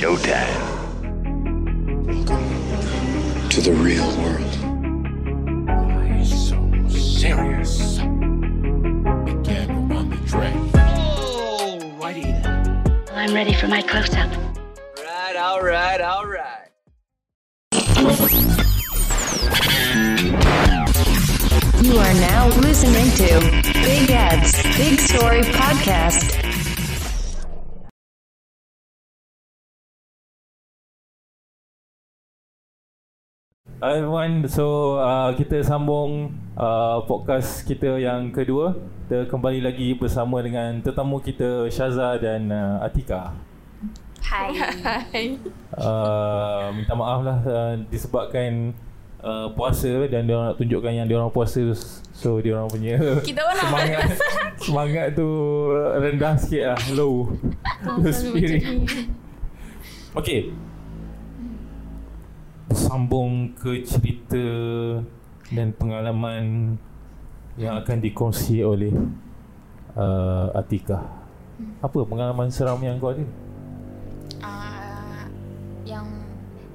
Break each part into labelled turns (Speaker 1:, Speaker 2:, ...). Speaker 1: showtime.
Speaker 2: to the real world.
Speaker 3: Why so serious? Again on the train.
Speaker 4: Alrighty then.
Speaker 5: I'm ready for my close up.
Speaker 4: Right, all right, all right.
Speaker 6: You are now listening to Big Ed's Big Story Podcast.
Speaker 7: Everyone, so uh, kita sambung uh, podcast kita yang kedua Kita kembali lagi bersama dengan tetamu kita Syaza dan uh, Atika Hai uh, Minta maaf lah uh, disebabkan uh, puasa dan dia nak tunjukkan yang dia orang puasa So dia orang punya
Speaker 8: Kita pun nak
Speaker 7: semangat, semangat tu rendah sikit lah, low Low spirit Okay Sambung ke cerita dan pengalaman yang akan dikongsi oleh uh, Atika Apa pengalaman seram yang kau ada?
Speaker 9: Ah, yang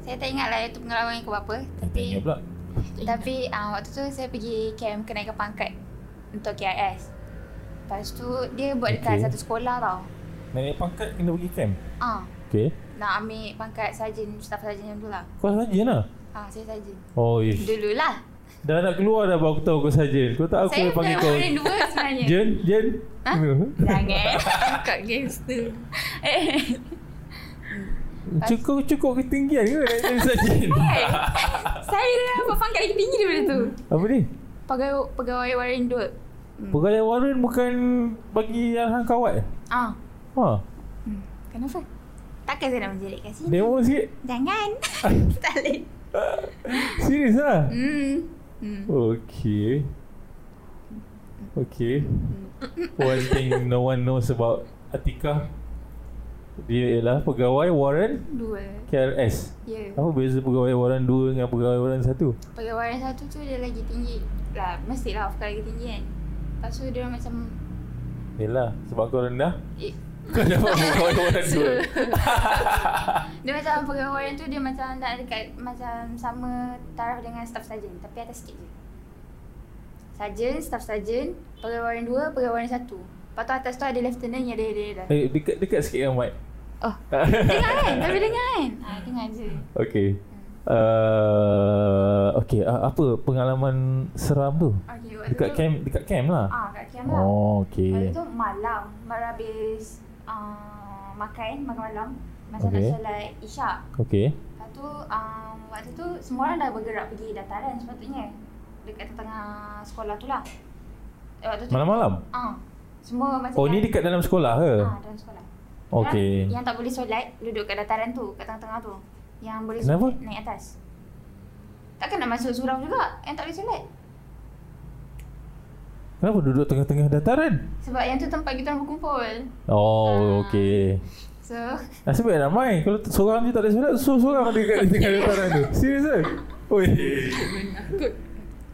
Speaker 9: saya tak ingat lah itu pengalaman yang keberapa tapi
Speaker 7: Tanya pula
Speaker 9: tapi ah, waktu tu saya pergi camp kenaikan pangkat untuk KRS. Lepas tu dia buat dekat
Speaker 7: Okey.
Speaker 9: satu sekolah tau.
Speaker 7: Naik pangkat kena pergi camp
Speaker 9: Ah,
Speaker 7: Okay
Speaker 9: nak ambil pangkat sarjan, staff sarjan yang dulu lah.
Speaker 7: Kau sarjan lah
Speaker 9: Ah, saya sarjan.
Speaker 7: Oh ish
Speaker 9: Dulu lah.
Speaker 7: Dah nak keluar dah baru aku tahu kau sarjan Kau tak aku
Speaker 9: saya
Speaker 7: boleh panggil
Speaker 9: bukan
Speaker 7: kau
Speaker 9: orang dua sebenarnya.
Speaker 7: Jen? Jen?
Speaker 9: Ha? Jangan. Kat gangster. Eh.
Speaker 7: Cukup, cukup ketinggian ke nak jadi sarjan?
Speaker 9: eh. saya dah dapat pangkat lagi tinggi daripada tu.
Speaker 7: Apa ni?
Speaker 9: Pegawai pegawai warin dua.
Speaker 7: Pegawai Warren bukan bagi yang hang kawat?
Speaker 9: Ah,
Speaker 7: Ha,
Speaker 9: kenapa? Takkan saya nak menjeritkan sini.
Speaker 7: demo sikit
Speaker 9: Jangan. tak boleh.
Speaker 7: Serius lah?
Speaker 9: Hmm. Hmm.
Speaker 7: Okay. Okay. One thing no one knows about Atika. Dia ialah pegawai Warren
Speaker 9: Dua.
Speaker 7: KRS.
Speaker 9: Ya. Yeah.
Speaker 7: Apa beza pegawai Warren 2 dengan pegawai Warren 1?
Speaker 9: Pakai waran satu tu dia lagi tinggi. Lah, mestilah of course lagi tinggi kan. Lepas tu dia orang macam
Speaker 7: Yalah, sebab kau rendah.
Speaker 9: eh,
Speaker 7: Kau dapat pegawai Warren 2.
Speaker 9: dia macam pakai waran tu dia macam nak dekat macam sama taraf dengan staff sarjan tapi atas sikit je. Sarjan, staff sarjan, pakai waran dua, pakai waran satu. Lepas tu atas tu ada lieutenant yang ada-ada dah.
Speaker 7: Eh, dekat, dekat sikit dengan mic.
Speaker 9: Oh. Dengar kan? Tapi dengar kan? Ha, dengar je.
Speaker 7: Okay. Uh, okay, uh, apa pengalaman seram tu?
Speaker 9: Okay, waktu
Speaker 7: Dekat
Speaker 9: tu,
Speaker 7: camp, dekat camp lah.
Speaker 9: Ah, kat camp lah.
Speaker 7: Oh,
Speaker 9: Lepas
Speaker 7: okay.
Speaker 9: tu malam, baru habis uh, makan, makan malam. Masa okay. nak
Speaker 7: Okey.
Speaker 9: solat isyak.
Speaker 7: Okay.
Speaker 9: Lepas tu, um, waktu tu semua orang dah bergerak pergi dataran sepatutnya. Dekat tengah sekolah tu lah. Eh, Waktu tu,
Speaker 7: Malam-malam?
Speaker 9: Ah, semua macam
Speaker 7: Oh, ni dekat dalam sekolah ke?
Speaker 9: kan? Ah, dalam sekolah.
Speaker 7: Okey.
Speaker 9: Yang, yang tak boleh solat, duduk kat dataran tu, kat tengah-tengah tu. Yang boleh
Speaker 7: Kenapa?
Speaker 9: solat, naik atas. Takkan nak masuk surau juga yang tak boleh solat.
Speaker 7: Kenapa duduk tengah-tengah dataran?
Speaker 9: Sebab yang tu tempat kita orang berkumpul.
Speaker 7: Oh,
Speaker 9: Ah.
Speaker 7: okey.
Speaker 9: So,
Speaker 7: Nasib baik ramai. Kalau tu- seorang je tak ada solat, so seorang ada kat tengah dataran tu. Serius ke? Oi.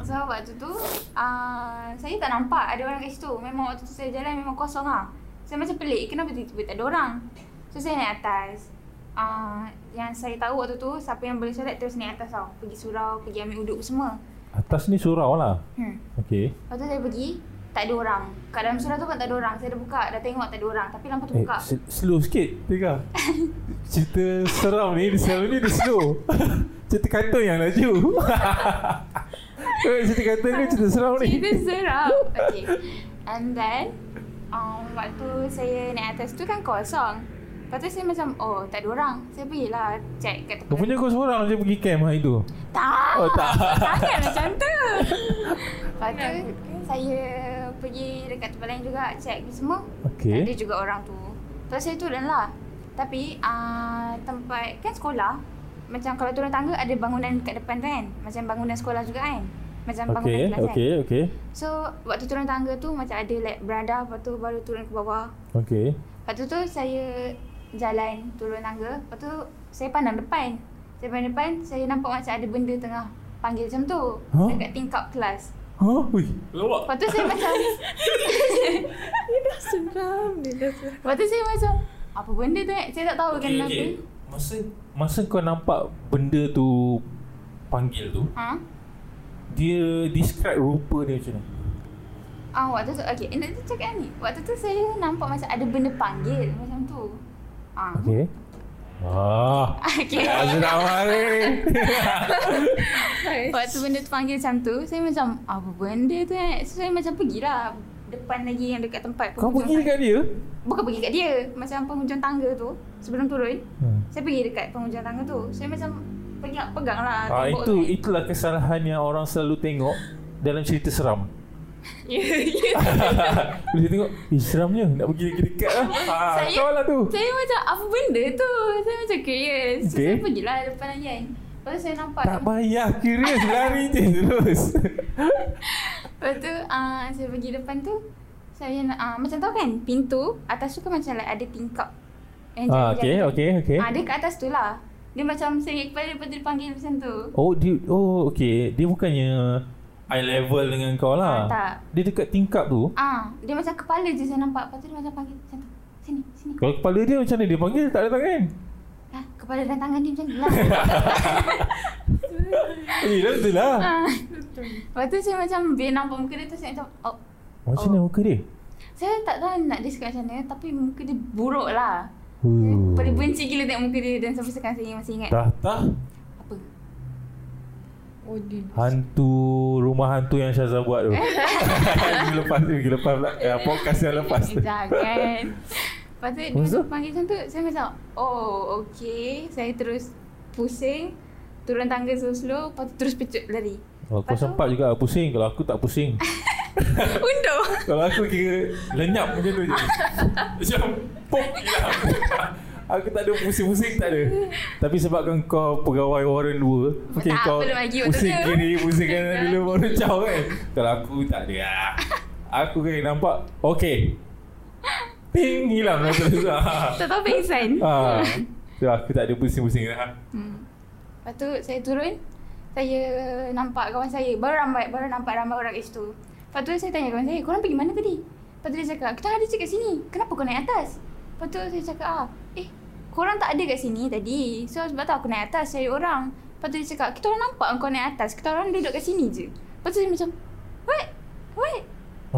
Speaker 9: So waktu tu uh, Saya tak nampak ada orang kat situ Memang waktu tu saya jalan memang kosong lah Saya macam pelik kenapa tiba-tiba tak ada orang So saya naik atas uh, Yang saya tahu waktu tu Siapa yang boleh solat terus naik atas tau Pergi surau, pergi ambil uduk semua
Speaker 7: Atas ni surau lah.
Speaker 9: hmm.
Speaker 7: Okey.
Speaker 9: Lepas tu saya pergi Tak ada orang Kat dalam surau tu pun tak ada orang Saya dah buka, dah tengok tak ada orang Tapi lampu tu
Speaker 7: Eh,
Speaker 9: buka
Speaker 7: sel- slow sikit. Tika. Cerita seram ni, dia selalu ni dia slow. cerita kartun yang laju. Eh, cerita kartun ke cerita seram ni?
Speaker 9: Cerita seram Okay And then um, Waktu saya naik atas tu kan kosong Lepas tu saya macam Oh tak ada orang Saya pergilah check kat tempat
Speaker 7: Rupanya kau seorang je pergi camp hari tu.
Speaker 9: Tak
Speaker 7: Oh, tak.
Speaker 9: Jangan macam tu Lepas tu Saya pergi dekat tempat lain juga Check ni semua
Speaker 7: Okey.
Speaker 9: Ada juga orang tu Lepas tu saya turun lah Tapi uh, Tempat Kan sekolah Macam kalau turun tangga Ada bangunan kat depan tu kan Macam bangunan sekolah juga kan Macam bangunan
Speaker 7: Okey,
Speaker 9: kelas
Speaker 7: okey,
Speaker 9: kan
Speaker 7: okey.
Speaker 9: So Waktu turun tangga tu Macam ada like berada Lepas tu baru turun ke bawah
Speaker 7: Okey.
Speaker 9: Lepas tu tu saya jalan turun tangga. Lepas tu saya pandang depan. Saya pandang depan, saya nampak macam ada benda tengah panggil macam tu.
Speaker 7: Huh?
Speaker 9: Huh? Dekat tingkap kelas.
Speaker 7: Ha, ui. Lawak.
Speaker 9: Lepas tu saya macam...
Speaker 8: Seram dia dah seram.
Speaker 9: Lepas tu saya macam... Apa benda tu eh? Saya tak tahu okay, kenapa. Okay.
Speaker 7: Masa masa kau nampak benda tu panggil tu,
Speaker 9: Ha?
Speaker 7: dia describe rupa dia macam mana?
Speaker 9: Ah, waktu tu, okay. Nak tu cakap ni. Waktu tu saya nampak macam ada benda panggil macam tu. Ah.
Speaker 7: Okay. Ah,
Speaker 9: Okay.
Speaker 7: Azul nak mari.
Speaker 9: Waktu benda tu panggil macam tu, saya macam, apa benda tu eh? So, saya macam pergilah depan lagi yang dekat tempat
Speaker 7: Kau
Speaker 9: penghujung
Speaker 7: pergi
Speaker 9: tangga.
Speaker 7: dekat dia?
Speaker 9: Bukan pergi kat dia. Macam penghujung tangga tu, sebelum turun,
Speaker 7: Hmm.
Speaker 9: saya pergi dekat penghujung tangga tu. Saya macam pegang, pegang lah
Speaker 7: Ah,
Speaker 9: tembok
Speaker 7: itu
Speaker 9: tu.
Speaker 7: itulah kesalahan yang orang selalu tengok dalam cerita seram.
Speaker 9: Ya,
Speaker 7: Bila dia tengok, eh seramnya nak pergi lagi dekat lah. Ah,
Speaker 9: Saya-
Speaker 7: kau lah tu.
Speaker 9: Saya macam, apa benda tu? Saya macam curious. So,
Speaker 7: Okay.
Speaker 9: saya pergilah depan lagi kan. Lepas tu saya nampak.
Speaker 7: Tak payah curious lari je terus.
Speaker 9: Lepas tu uh, saya pergi depan tu saya nak uh, macam tahu kan pintu atas tu kan macam like ada tingkap. Eh, Yang
Speaker 7: ah,
Speaker 9: jatuh-jatuh.
Speaker 7: okay, okay, okay.
Speaker 9: Ah, dia kat atas tu lah. Dia macam sengit kepala lepas tu dia panggil macam tu.
Speaker 7: Oh, dia, oh okay. Dia bukannya eye level dengan kau
Speaker 9: Ah,
Speaker 7: lah.
Speaker 9: tak.
Speaker 7: Dia dekat tingkap tu.
Speaker 9: Ah, dia macam kepala je saya nampak. Lepas tu dia macam panggil macam tu. Sini, sini.
Speaker 7: Kalau kepala dia macam mana? Dia panggil tak kan? ada tangan.
Speaker 9: Lah, kepala dan tangan dia macam ni lah.
Speaker 7: Eh, dah betul lah.
Speaker 9: Ah. Lepas tu saya macam bila nampak muka dia tu saya macam oh,
Speaker 7: Macam mana muka dia?
Speaker 9: saya tak tahu nak describe macam mana tapi muka dia buruk lah.
Speaker 7: Huh.
Speaker 9: Paling benci gila tengok muka dia dan sampai sekarang saya masih ingat.
Speaker 7: Tahta
Speaker 9: Apa?
Speaker 1: Odin.
Speaker 7: hantu rumah hantu yang Syazah buat tu. Minggu lepas tu, minggu lepas pula. Eh, podcast yang lepas tu.
Speaker 9: Jangan kan? Lepas tu dia
Speaker 7: Lepas tu?
Speaker 9: macam panggil macam tu Saya macam Oh okay Saya terus pusing Turun tangga slow-slow Lepas tu terus pecut lari
Speaker 7: Oh, kau
Speaker 9: Lepas tu-
Speaker 7: sempat juga pusing. Kalau aku tak pusing.
Speaker 9: Undur
Speaker 7: Kalau aku kira lenyap macam tu je. Macam pop hilang. Aku tak ada pusing-pusing tak ada. Tapi sebabkan kau pegawai Warren 2, mungkin
Speaker 9: Tak,
Speaker 7: kau
Speaker 9: belum lagi waktu
Speaker 7: pusing
Speaker 9: tu.
Speaker 7: kiri, pusing kanan dulu baru jauh kan. Kalau aku tak ada lah. Aku kena nampak, okay. Ting, hilang dah terus. Ha.
Speaker 9: Tak tahu pingsan
Speaker 7: Ha. Tu aku tak ada pusing-pusing lah. dah.
Speaker 9: hmm. Lepas tu saya turun Saya nampak kawan saya Baru rambat Baru nampak rambat orang kat situ Lepas tu saya tanya kawan saya Korang pergi mana tadi? Lepas tu dia cakap Kita ada je kat sini Kenapa kau naik atas? Lepas tu saya cakap ah, Eh korang tak ada kat sini tadi So sebab tu aku naik atas cari orang Lepas tu dia cakap Kita orang nampak kau naik atas Kita orang duduk kat sini je Lepas tu saya macam What? What?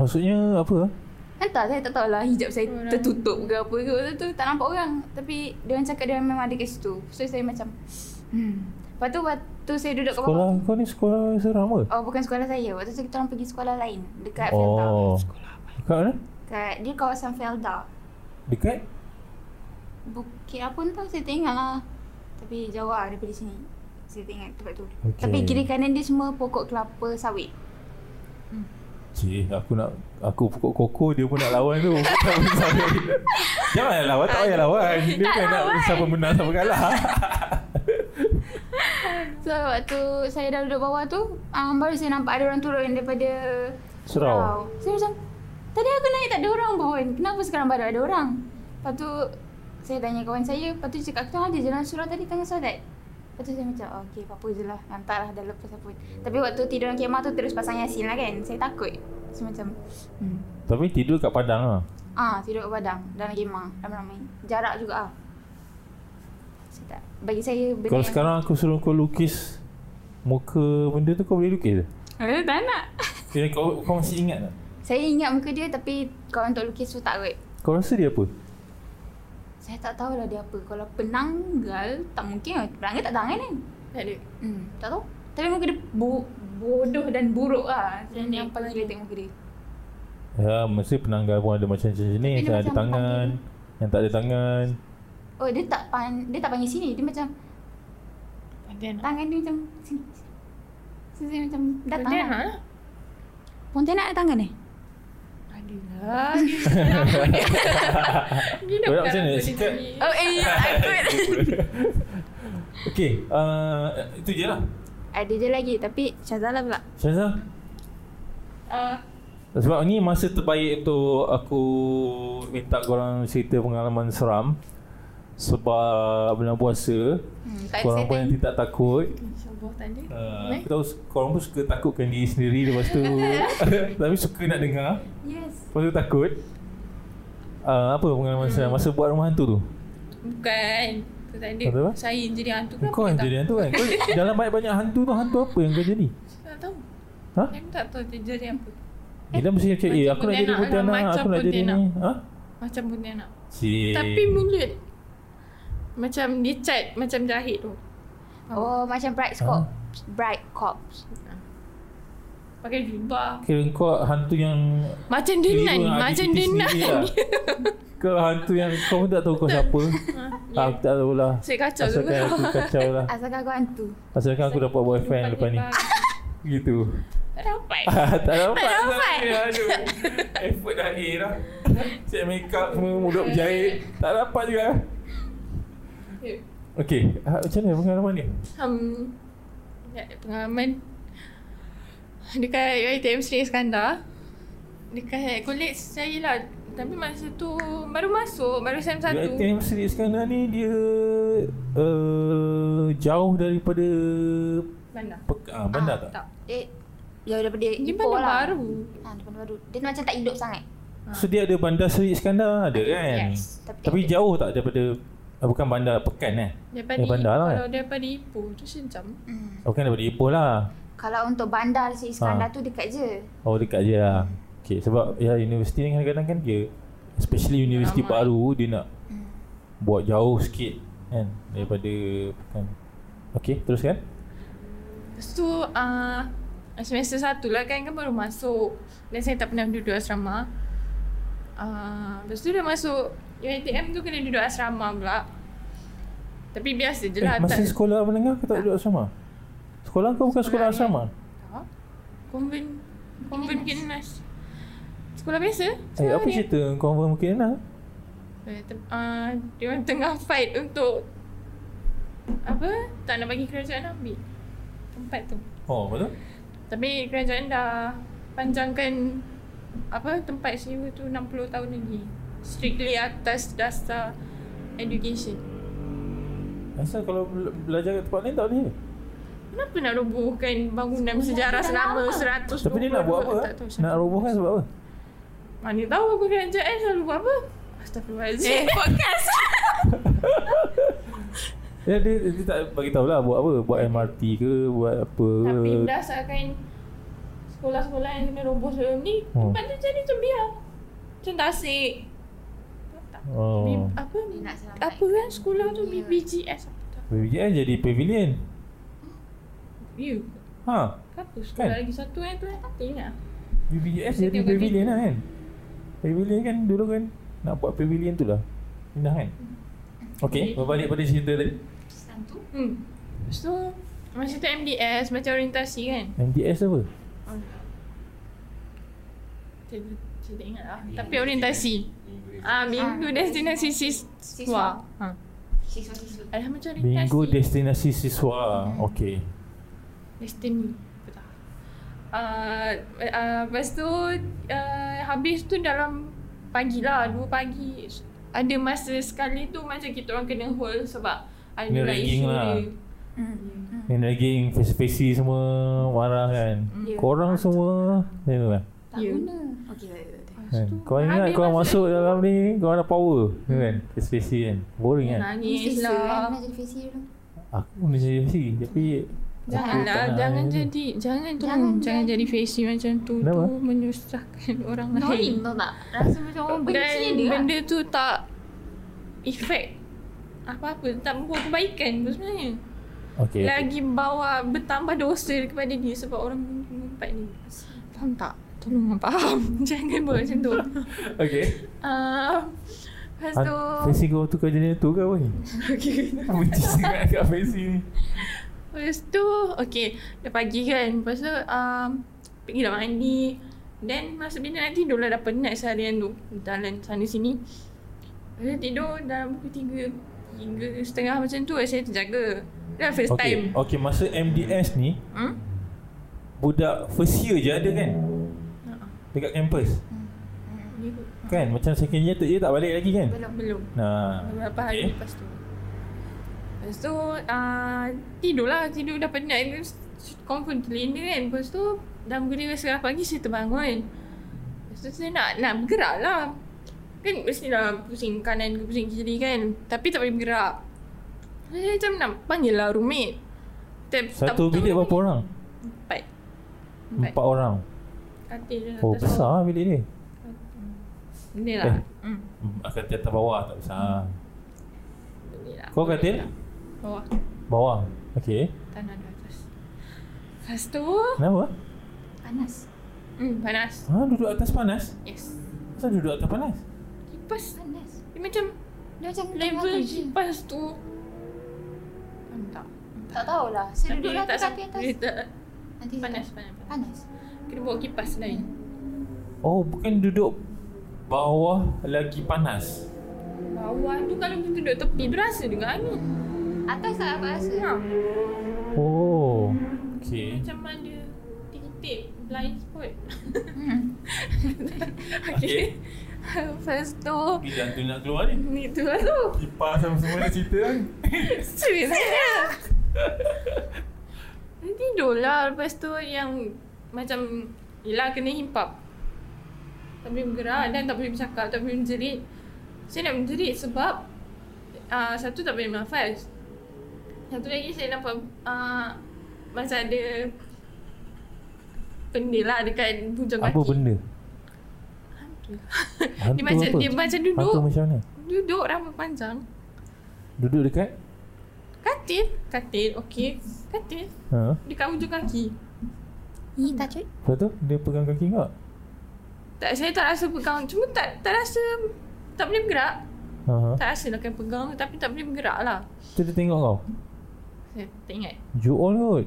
Speaker 7: Maksudnya apa? ah?
Speaker 9: Entah saya Kan tak tahulah hijab saya
Speaker 1: Orang-
Speaker 9: tertutup ke apa ke waktu tu tak nampak orang tapi dia orang cakap dia memang ada kat situ. So saya macam hmm. Lepas tu waktu saya duduk kat bawah-
Speaker 7: Sekolah kau ni sekolah seram ke?
Speaker 9: Oh bukan sekolah saya. Waktu tu kita orang pergi sekolah lain dekat oh. Felda.
Speaker 7: Oh. Dekat mana?
Speaker 9: Kat dia kawasan Felda.
Speaker 7: Dekat?
Speaker 9: Bukit apa entah saya tak ingat lah. Tapi jauh lah daripada sini. Saya tak ingat tempat tu.
Speaker 7: Okay.
Speaker 9: Okay. Tapi kiri kanan dia semua pokok kelapa sawit.
Speaker 7: Cik, aku nak aku pokok koko dia pun nak lawan tu. Tak boleh sampai. Jangan lawan, tak payah lawan. Dia
Speaker 9: Tak
Speaker 7: kan nak
Speaker 9: lawan.
Speaker 7: siapa menang siapa kalah.
Speaker 9: So waktu saya dah duduk bawah tu um, baru saya nampak ada orang turun daripada
Speaker 7: Surau.
Speaker 9: Saya macam Tadi aku naik tak ada orang pun Kenapa sekarang baru ada orang Lepas tu Saya tanya kawan saya Lepas tu dia cakap Kita ada jalan surau tadi tengah solat Lepas tu saya macam oh, Okay apa-apa je lah Hantar lah dah lepas apa Tapi waktu tidur dalam kemah tu Terus pasang yasin lah kan Saya takut So macam hmm.
Speaker 7: Tapi tidur kat padang ah.
Speaker 9: Ah tidur kat padang Dalam kemah Ramai-ramai Jarak juga ah Saya tak Bagi saya benda
Speaker 7: Kalau
Speaker 9: yang-
Speaker 7: sekarang aku suruh kau lukis muka benda tu kau boleh lukis ke?
Speaker 9: Eh tak nak
Speaker 7: Kira Eh, kau kau masih ingat tak?
Speaker 9: Saya ingat muka dia Tapi Kalau untuk lukis tu tak kot
Speaker 7: Kau rasa dia apa?
Speaker 9: Saya tak tahulah dia apa. Kalau penanggal, tak mungkin lah. Penanggal tak tangan kan?
Speaker 1: Tak ada.
Speaker 9: Hmm, tak tahu. Tapi muka dia bu- bodoh dan buruk lah. Saya
Speaker 1: Hmm,
Speaker 9: yang paling
Speaker 1: betul.
Speaker 9: gila tengok muka dia.
Speaker 7: Ya, mesti penanggal pun ada macam jenis,
Speaker 9: Tapi dia
Speaker 7: yang ada
Speaker 9: macam
Speaker 7: tangan, yang tak ada tangan.
Speaker 9: Oh, dia tak pan dia tak panggil sini. Dia macam
Speaker 1: Pontianak.
Speaker 9: tangan dia macam sini. So, saya macam datang
Speaker 1: Pontianak
Speaker 9: lah.
Speaker 1: lah.
Speaker 9: Pontianak ada tangan eh?
Speaker 1: Ada lah. Gila
Speaker 7: Kau nak macam mana? Sikat?
Speaker 9: Oh, eh, takut.
Speaker 7: Okey, uh, itu je lah.
Speaker 9: ada je lagi tapi Syazala pula.
Speaker 7: Syazah,
Speaker 1: Uh,
Speaker 7: Sebab ni masa terbaik untuk aku minta korang cerita pengalaman seram sebab bulan puasa
Speaker 9: Hmm, tak
Speaker 7: korang pun nanti
Speaker 9: exciting.
Speaker 7: tak takut
Speaker 1: InsyaAllah tak ada.
Speaker 7: uh,
Speaker 1: Eh?
Speaker 7: aku tahu korang pun suka takutkan diri sendiri lepas tu tapi suka nak dengar
Speaker 9: Yes.
Speaker 7: lepas tu Ah, takut uh, apa pengalaman seram masa buat rumah hantu tu
Speaker 1: Bukan. Tu tadi
Speaker 7: Apa tu?
Speaker 1: saya yang jadi hantu kenapa
Speaker 7: Kau yang
Speaker 1: tak-
Speaker 7: jadi hantu kan? Kau dalam banyak-banyak hantu tu hantu apa yang kau jadi?
Speaker 1: Saya tak tahu.
Speaker 7: Ha?
Speaker 1: Saya tak tahu dia jadi apa.
Speaker 7: Ila mesti macam eh
Speaker 1: Macam
Speaker 7: aku nak jadi
Speaker 1: pontianak lah,
Speaker 7: pontianak,
Speaker 1: macam
Speaker 7: aku nak jadi ni.
Speaker 1: pontianak.
Speaker 7: Ha?
Speaker 1: Macam benda nak.
Speaker 7: Si.
Speaker 1: Tapi mulut macam dia cat macam jahit tu.
Speaker 9: Oh, macam bright
Speaker 7: Ah.
Speaker 9: corpse. Bright corpse.
Speaker 1: Pakai jubah.
Speaker 7: Kira kau hantu yang
Speaker 1: Macam
Speaker 7: keliru
Speaker 1: denan,
Speaker 7: dengan
Speaker 1: macam
Speaker 7: identiti
Speaker 1: denan.
Speaker 7: sendiri lah. Kau hantu yang kau pun tak tahu kau siapa.
Speaker 1: ya.
Speaker 7: Ah, aku tak tahu lah.
Speaker 1: Saya kacau tu.
Speaker 7: Asalkan aku kacau lah.
Speaker 9: Asalkan aku hantu.
Speaker 7: Asalkan aku dapat boyfriend lepas ni. Gitu.
Speaker 1: Tak dapat.
Speaker 7: Ah, tak dapat.
Speaker 9: Tak dapat.
Speaker 7: saya. Aduh. Effort dah akhir dah. Set make up semua mulut berjahit. Tak dapat juga. Okey, ah, macam mana pengalaman ni?
Speaker 1: Um, pengalaman dekat UiTM Sri Iskandar dekat college saya lah tapi masa tu baru masuk baru SEM 1
Speaker 7: UiTM Seri Iskandar ni dia uh, jauh daripada
Speaker 1: bandar
Speaker 7: pek- ah, bandar
Speaker 9: Ah,
Speaker 7: tak? tak?
Speaker 9: Dia jauh ya, daripada
Speaker 1: ni
Speaker 9: Ipoh
Speaker 1: bandar
Speaker 9: lah.
Speaker 1: baru
Speaker 9: Ha, dia bandar baru. Dia macam tak hidup sangat.
Speaker 7: So dia ada bandar Seri Iskandar ada kan?
Speaker 9: Yes, tapi-
Speaker 7: Tapi jauh tak daripada ah, bukan bandar Pekan eh?
Speaker 1: daripada
Speaker 7: Eh, bandar lah,
Speaker 1: kalau daripada Ipoh tu sencam
Speaker 9: Hmm.
Speaker 7: Bukan daripada Ipoh lah.
Speaker 9: Kalau untuk bandar si Iskandar tu dekat je.
Speaker 7: Oh dekat je lah Okay sebab ya universiti ni kadang-kadang kan dia Especially universiti
Speaker 1: Ramai.
Speaker 7: baru dia nak Buat jauh sikit kan Daripada kan. Okay teruskan
Speaker 1: Lepas tu uh, semester satu lah kan kan baru masuk Dan saya tak pernah duduk asrama uh, Lepas tu dah masuk UiTM tu kena duduk asrama pula Tapi biasa je lah
Speaker 7: eh, Masa
Speaker 1: tak,
Speaker 7: sekolah menengah kau tak duduk asrama? Sekolah kau bukan sekolah
Speaker 1: Sekolah
Speaker 7: asrama?
Speaker 1: tak Konven Konven Kinanas Sekolah biasa
Speaker 7: Eh
Speaker 1: sekolah
Speaker 7: apa cerita kau orang mungkin lah. nak?
Speaker 1: Eh, te- uh, Dia orang tengah fight untuk Apa Tak nak bagi kerajaan ambil Tempat tu
Speaker 7: Oh betul?
Speaker 1: Tapi kerajaan dah panjangkan apa tempat sewa tu 60 tahun lagi. Strictly atas dasar education.
Speaker 7: Asal kalau bela- belajar kat tempat lain tak boleh ke?
Speaker 1: Kenapa nak robohkan bangunan sejarah selama 100
Speaker 7: Tapi dia nak buat apa? eh?
Speaker 1: Tak tahu
Speaker 7: Nak
Speaker 1: siapa.
Speaker 7: robohkan sebab apa?
Speaker 1: Mana tahu aku kerajaan selalu buat apa? Astagfirullahaladzim. Eh, podcast.
Speaker 7: Ya, dia, dia tak bagi tahu lah buat apa? Buat MRT ke? Buat apa? ke?
Speaker 1: Tapi berdasarkan sekolah-sekolah yang kena roboh sebelum ni,
Speaker 7: Hmm.
Speaker 1: tempat tu jadi macam biar. Macam tak asyik. Tak.
Speaker 7: Oh.
Speaker 1: Bi- apa ni?
Speaker 9: Dia nak selamatkan
Speaker 1: Apa kan sekolah tu BBGS apa tak?
Speaker 7: BBGN jadi pavilion.
Speaker 1: You.
Speaker 7: Ha.
Speaker 1: Kenapa sekolah
Speaker 7: Kan?
Speaker 1: lagi satu yang tu yang tak nak?
Speaker 7: BBS
Speaker 1: Kita
Speaker 7: jadi
Speaker 1: tengok
Speaker 7: pavilion
Speaker 1: gitu.
Speaker 7: lah kan Pavilion kan dulu kan Nak buat pavilion tu lah Indah kan Okay, berbalik pada cerita tadi
Speaker 1: Hmm. Lepas tu masa tu MDS macam orientasi kan?
Speaker 7: MDS apa?
Speaker 1: Saya, saya tak ingat lah. Tapi orientasi. Ah, minggu destinasi siswa. Ha.
Speaker 9: Siswa-siswa.
Speaker 1: Alah macam orientasi.
Speaker 7: Minggu Destinasi Siswa
Speaker 1: Hmm.
Speaker 7: Okay
Speaker 1: Destiny. Apa tak? Ah, ah, lepas tu ah, habis tu dalam pagi lah, dua pagi. Ada masa sekali tu macam kita orang kena hold sebab ada
Speaker 7: Kena
Speaker 1: lah
Speaker 7: ragging
Speaker 1: isu
Speaker 7: lah.
Speaker 1: dia.
Speaker 9: Hmm.
Speaker 7: Yang daging face-facey semua Marah kan
Speaker 1: Hmm.
Speaker 9: Ya.
Speaker 7: Korang semua Macam tu lah
Speaker 9: Tak
Speaker 1: Ya.
Speaker 9: guna. Okey, baik, baik, baik.
Speaker 1: Lepas
Speaker 7: kan?
Speaker 1: tu,
Speaker 7: Korang ingat
Speaker 1: habis
Speaker 7: korang
Speaker 1: masa Hmm.
Speaker 7: masuk
Speaker 1: tu,
Speaker 7: dalam ni Korang ada power tu kan Face-facey kan Boring kan
Speaker 1: Nangis
Speaker 9: Sisa, kan?
Speaker 1: lah
Speaker 9: Nak jadi face hero.
Speaker 7: Aku pun jadi face Tapi aku tak
Speaker 1: Janganlah,
Speaker 7: nak kan?
Speaker 1: jangan
Speaker 7: macam tu.
Speaker 1: jadi, jangan tu,
Speaker 9: Jangan, lah.
Speaker 1: jangan, jangan
Speaker 9: jangan.
Speaker 1: jadi facey macam tu,
Speaker 7: Kenapa?
Speaker 1: tu menyusahkan orang
Speaker 9: Annoying
Speaker 1: lain.
Speaker 9: tau tak? Rasa macam orang
Speaker 1: Dan
Speaker 9: benci dia. lah.
Speaker 1: benda tu tak efek apa-apa, tak membawa kebaikan tu sebenarnya.
Speaker 7: Okay okay.
Speaker 1: Lagi bawa bertambah dosa kepada dia sebab orang mengumpat ni. Faham tak? Tolong faham. jangan buat macam tu.
Speaker 7: Okay
Speaker 1: Uh, lepas
Speaker 7: Ah,
Speaker 1: tu,
Speaker 7: Face kau tu kau jenis tu ke apa ni? Benci sangat kat Messi ni
Speaker 1: Lepas tu Okay Dah pagi kan Lepas tu um, Pergi dah mandi Then masa bila nak tidur lah Dah penat seharian tu Jalan sana sini Lepas tu tidur Dalam pukul tiga Tiga setengah macam tu lah, Saya terjaga Dah first okay. time
Speaker 7: Okay, okay masa MDS ni
Speaker 1: hmm?
Speaker 7: Budak first year je ada kan Dekat kampus Kan macam second year third year tak balik lagi kan
Speaker 1: Belum Belum
Speaker 7: Nah,
Speaker 1: Beberapa hari
Speaker 7: okay.
Speaker 1: lepas tu Lepas tu uh, Tidur lah Tidur dah penat Terus Confirm terlena kan Lepas tu Dah pukul 5 sekarang pagi Saya terbangun Lepas tu saya nak Nak bergerak lah Kan mesti dah Pusing kanan ke pusing kiri kan Tapi tak boleh bergerak Saya macam nak panggil lah roommate. Tak,
Speaker 7: Satu bilik berapa orang?
Speaker 1: Empat. Empat.
Speaker 7: Empat orang.
Speaker 1: Katil dia
Speaker 7: Oh
Speaker 1: atas bawah.
Speaker 7: besar lah bilik dia.
Speaker 1: Ni lah. Hmm.
Speaker 7: Hmm, Katil atas bawah tak besar.
Speaker 1: Ni lah.
Speaker 7: Kau katil?
Speaker 1: Bawah.
Speaker 7: Bawah. Okey.
Speaker 1: Tanah di atas. Lepas tu.
Speaker 7: Kenapa?
Speaker 9: Panas.
Speaker 1: Hmm, panas.
Speaker 7: Ha, duduk atas panas?
Speaker 1: Yes.
Speaker 7: Kenapa duduk atas panas?
Speaker 1: Kipas.
Speaker 9: Panas.
Speaker 1: Dia macam
Speaker 9: Dia macam
Speaker 1: level
Speaker 9: tengah tu je.
Speaker 1: kipas tu. Faham tak?
Speaker 9: Tak tahulah. Saya duduk
Speaker 1: dia
Speaker 9: lah
Speaker 1: tak
Speaker 9: atas
Speaker 1: sam-
Speaker 9: kaki atas.
Speaker 1: Dia tak
Speaker 9: Nanti
Speaker 1: panas,
Speaker 9: saya tahu.
Speaker 1: panas, panas.
Speaker 9: Panas.
Speaker 1: Kena bawa kipas lain.
Speaker 7: Oh, bukan duduk bawah lagi panas.
Speaker 1: Bawah tu kalau kita duduk tepi, berasa juga angin.
Speaker 9: Atas tak apa rasa.
Speaker 1: Ha.
Speaker 7: Oh. Okey.
Speaker 1: Macam ada titik-titik blind spot.
Speaker 9: Hmm.
Speaker 1: okay. Lepas tu,
Speaker 7: Bila tu nak keluar ni?
Speaker 1: ni tu lah tu.
Speaker 7: Kipas sama semua dah cerita kan?
Speaker 1: Serius lah. Dia tidur lah lepas tu yang macam Yelah kena himpap Tak boleh bergerak dan tak boleh bercakap, tak boleh menjerit Saya nak menjerit sebab uh, Satu tak boleh bernafas Satu lagi saya nampak uh, Macam ada Benda lah dekat bujang
Speaker 7: Apa
Speaker 1: kaki
Speaker 7: benda?
Speaker 1: Dia macam,
Speaker 7: apa?
Speaker 1: dia macam duduk
Speaker 7: Hantu macam mana?
Speaker 1: Duduk rambut panjang
Speaker 7: Duduk dekat?
Speaker 1: Katil Katil, okey Katil
Speaker 7: Ha.
Speaker 1: Dekat hujung kaki
Speaker 9: Ih, tak cuy.
Speaker 7: Lepas tu dia pegang kaki kau?
Speaker 1: Tak, saya tak rasa pegang Cuma tak tak rasa Tak boleh bergerak
Speaker 7: Ha. ha.
Speaker 1: Tak rasa lah kena pegang Tapi tak boleh bergerak lah
Speaker 7: Tu dia tengok kau?
Speaker 1: Saya tak ingat
Speaker 7: You all kot.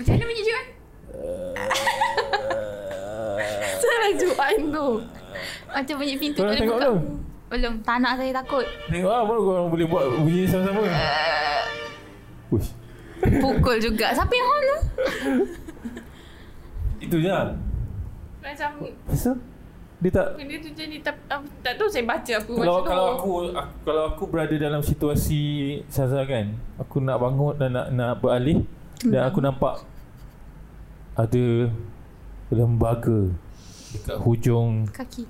Speaker 9: Macam mana bunyi Jun?
Speaker 1: Salah jualan tu
Speaker 9: Macam bunyi pintu
Speaker 7: Kau dah
Speaker 9: tak
Speaker 7: tengok
Speaker 9: dibuka.
Speaker 7: belum?
Speaker 9: Belum. Tak nak saya takut.
Speaker 7: Tengok lah baru korang boleh buat bunyi sama-sama. Uish.
Speaker 9: Pukul juga. Siapa yang horn tu?
Speaker 7: Itu je lah.
Speaker 1: Macam
Speaker 7: So, dia tak
Speaker 1: Benda tu jadi tak, aku tak tahu saya baca apa
Speaker 7: kalau
Speaker 1: masa
Speaker 7: kalau
Speaker 1: tu.
Speaker 7: aku, aku kalau aku berada dalam situasi Saza kan, aku nak bangun dan nak nak beralih dan aku nampak ada lembaga dekat hujung
Speaker 9: Kaki.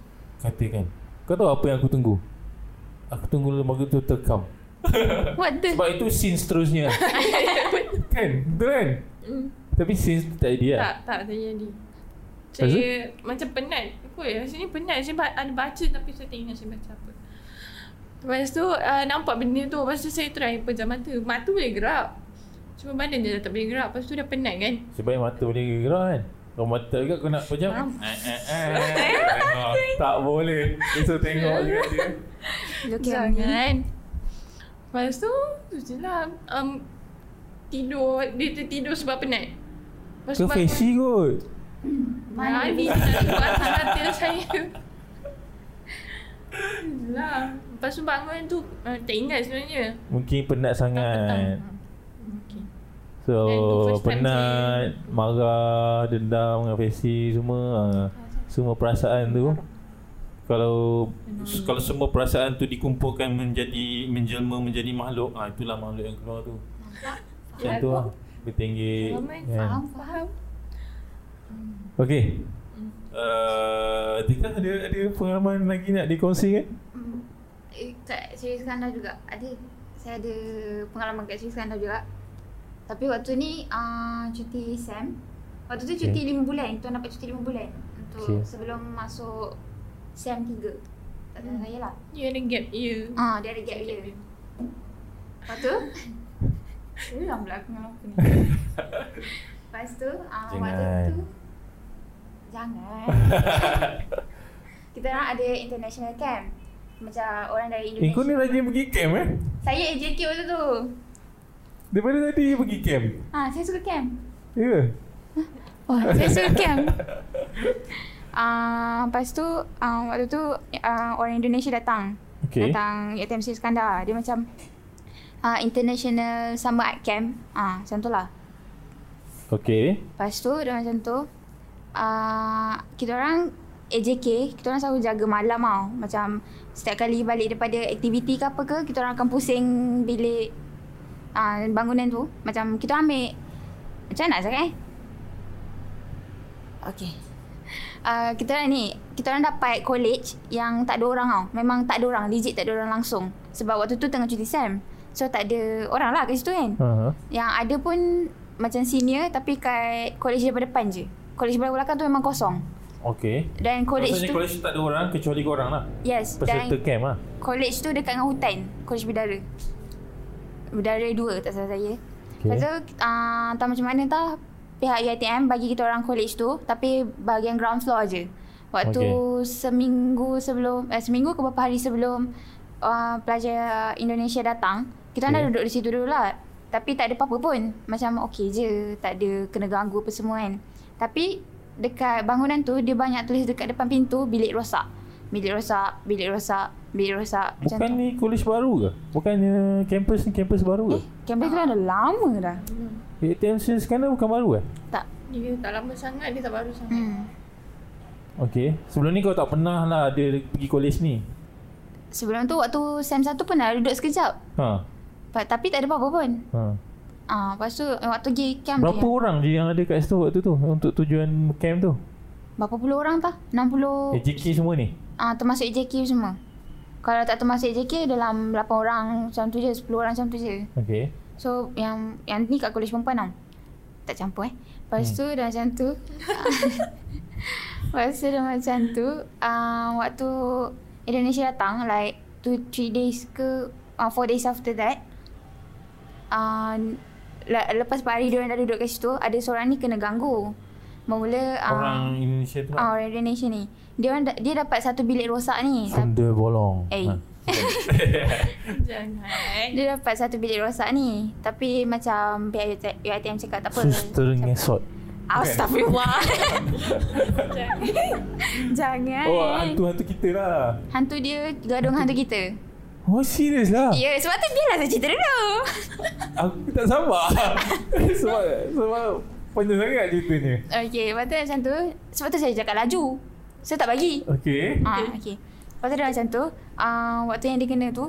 Speaker 7: katil kan. Kau tahu apa yang aku tunggu? Aku tunggu lembaga tu terkam.
Speaker 9: What the?
Speaker 7: Sebab itu scene seterusnya. kan? Betul kan? Tapi scene tu tak jadi lah.
Speaker 1: Tak, tak saya jadi
Speaker 7: Lepas tu?
Speaker 1: Saya macam penat Apa ya, sini penat Saya ba- ada baca tapi saya tak ingat saya baca apa Lepas tu uh, nampak benda tu Lepas tu saya try pejam mata Mata boleh gerak Cuma badan dia dah tak boleh gerak Lepas tu dah penat kan
Speaker 7: Sebaik mata boleh gerak kan Kalau mata gerak kau nak pejam
Speaker 1: Faham.
Speaker 7: Eh, eh, eh. Tengok. Tak boleh Esok tengok juga dia
Speaker 9: Look at me.
Speaker 1: Jangan kan? Lepas tu Tu je lah um, Tidur Dia tertidur sebab penat Lepas
Speaker 7: Ke fesi kot
Speaker 1: Mana ni Buatan mata saya Lah Lepas tu bangun tu uh, Tak ingat sebenarnya
Speaker 7: Mungkin penat sangat
Speaker 1: Okay
Speaker 7: So
Speaker 1: Yang tu first time
Speaker 7: penat Marah Dendam dengan fesi semua ah. Semua perasaan tu kalau kalau semua perasaan tu dikumpulkan menjadi menjelma menjadi makhluk ah itulah makhluk yang keluar tu macam tu lah Kan? bertinggi
Speaker 1: Faham Faham
Speaker 7: Okey. Hmm. Uh, Tika ada ada pengalaman lagi nak dikongsi kan?
Speaker 9: Eh, kat Sri Iskandar juga ada saya ada pengalaman kat Sri Iskandar juga tapi waktu ni uh, cuti SEM waktu tu cuti
Speaker 7: Okay.
Speaker 9: lima bulan tuan dapat cuti lima bulan untuk
Speaker 7: Okay.
Speaker 9: sebelum masuk SEM 3 tak ada saya lah
Speaker 1: You ada gap year
Speaker 9: ah dia ada gap year lepas tu Ulang pula aku dengan aku ni Lepas tu uh, Waktu
Speaker 7: Jangan.
Speaker 9: tu Jangan Kita orang ada international camp Macam orang dari
Speaker 7: Eh
Speaker 9: Indonesia
Speaker 7: kau ni rajin pergi camp eh?
Speaker 9: saya AJK waktu tu.
Speaker 7: Daripada tadi pergi camp.
Speaker 9: Ha, saya suka camp.
Speaker 7: Ya. Yeah.
Speaker 9: Oh, saya suka camp. Ah, uh, lepas tu uh, waktu tu uh, orang Indonesia datang.
Speaker 7: Okay.
Speaker 9: Datang UTMC Iskandar. Dia macam uh, international summer art camp. Ah, uh, macam tu lah.
Speaker 7: Okay.
Speaker 9: Lepas tu dia macam tu uh, Kita orang AJK Kita orang selalu jaga malam tau Macam setiap kali balik daripada aktiviti ke apa ke Kita orang akan pusing bilik uh, bangunan tu Macam kita ambil Macam mana nak cakap eh? Okay Uh, kita orang ni Kita orang dapat college Yang tak ada orang tau Memang tak ada orang Legit tak ada orang langsung Sebab waktu tu tengah cuti SEM So tak ada orang lah kat situ kan
Speaker 7: Ha.
Speaker 9: Yang ada pun macam senior tapi kat college daripada depan je College daripada belakang tu memang kosong
Speaker 7: Okey.
Speaker 9: Dan college
Speaker 7: Maksudnya
Speaker 9: tu
Speaker 7: college tu tak ada orang kecuali korang lah.
Speaker 9: Yes dan
Speaker 7: Peserta camp lah.
Speaker 9: college tu dekat dengan hutan College Bidara Bidara 2 tak salah saya okay. Lepas tu uh, tak macam mana tau Pihak UiTM bagi kita orang college tu Tapi bahagian ground floor je Waktu okay.
Speaker 7: Okey.
Speaker 9: seminggu sebelum eh, Seminggu ke beberapa hari sebelum uh, Pelajar Indonesia datang Kita okay.
Speaker 7: Okey.
Speaker 9: dah duduk di situ dulu lah Tapi tak ada apa-apa pun Macam okey je Tak ada kena ganggu apa semua kan Tapi Dekat bangunan tu Dia banyak tulis dekat depan pintu Bilik rosak Bilik rosak Bilik rosak Bilik rosak Macam
Speaker 7: Bukan
Speaker 9: tu.
Speaker 7: ni college baru ke? Bukannya kampus ni kampus baru ke?
Speaker 9: Campbell tu dah lama dah
Speaker 7: Eh. ATM since sekarang bukan baru eh?
Speaker 9: Tak
Speaker 1: Dia tak lama sangat, dia tak baru sangat.
Speaker 9: hmm.
Speaker 7: Okey. Sebelum ni kau tak pernah lah ada pergi college ni.
Speaker 9: Sebelum tu waktu SEM 1 pun dah duduk sekejap
Speaker 7: Ha.
Speaker 9: Pa- Tapi tak ada apa-apa pun
Speaker 7: Ha.
Speaker 9: Ah, Lepas tu eh, waktu pergi camp
Speaker 7: Berapa
Speaker 9: tu
Speaker 7: orang je yang ada kat situ waktu tu untuk tujuan camp tu?
Speaker 9: Berapa puluh orang tah? 60
Speaker 7: AJK semua ni.
Speaker 9: ah, Termasuk AJK semua Kalau tak termasuk E AJK dalam 8 orang macam tu je 10 orang macam tu je
Speaker 7: Okey.
Speaker 9: So yang yang ni kat kolej perempuan tau Tak campur eh Lepas tu dah macam tu Lepas tu dah macam tu uh, Waktu Indonesia datang Like 2-3 days ke 4 days after that uh, le- Lepas 4 hari diorang dah duduk kat situ Ada seorang ni kena ganggu Bermula uh,
Speaker 7: Orang Indonesia
Speaker 9: ah,
Speaker 7: tu. lah.
Speaker 9: orang Indonesia ni dia, orang da- dia dapat satu bilik rosak ni Tapi-
Speaker 7: Sunda bolong.
Speaker 9: Eh.
Speaker 7: Ha.
Speaker 9: Hmm.
Speaker 1: Jangan.
Speaker 9: Dia dapat satu bilik rosak ni Tapi macam Pihak UIT- UiTM cakap tak apa
Speaker 7: Suster
Speaker 9: Macam-
Speaker 7: ngesot.
Speaker 9: Astagfirullah Jangan
Speaker 7: Oh, hantu-hantu kita lah.
Speaker 9: Hantu dia Gadung hantu kita
Speaker 7: Oh, serius lah.
Speaker 9: Ya yeah, sebab tu biarlah saya cerita dulu
Speaker 7: Aku tak sabar. sebab sebab panjang sangat ceritanya.
Speaker 9: Okay lepas tu macam tu Sebab tu saya cakap laju Saya tak bagi
Speaker 7: Okey.
Speaker 9: Ah, okay. Lepas tu dah macam tu uh, Waktu yang dia kena tu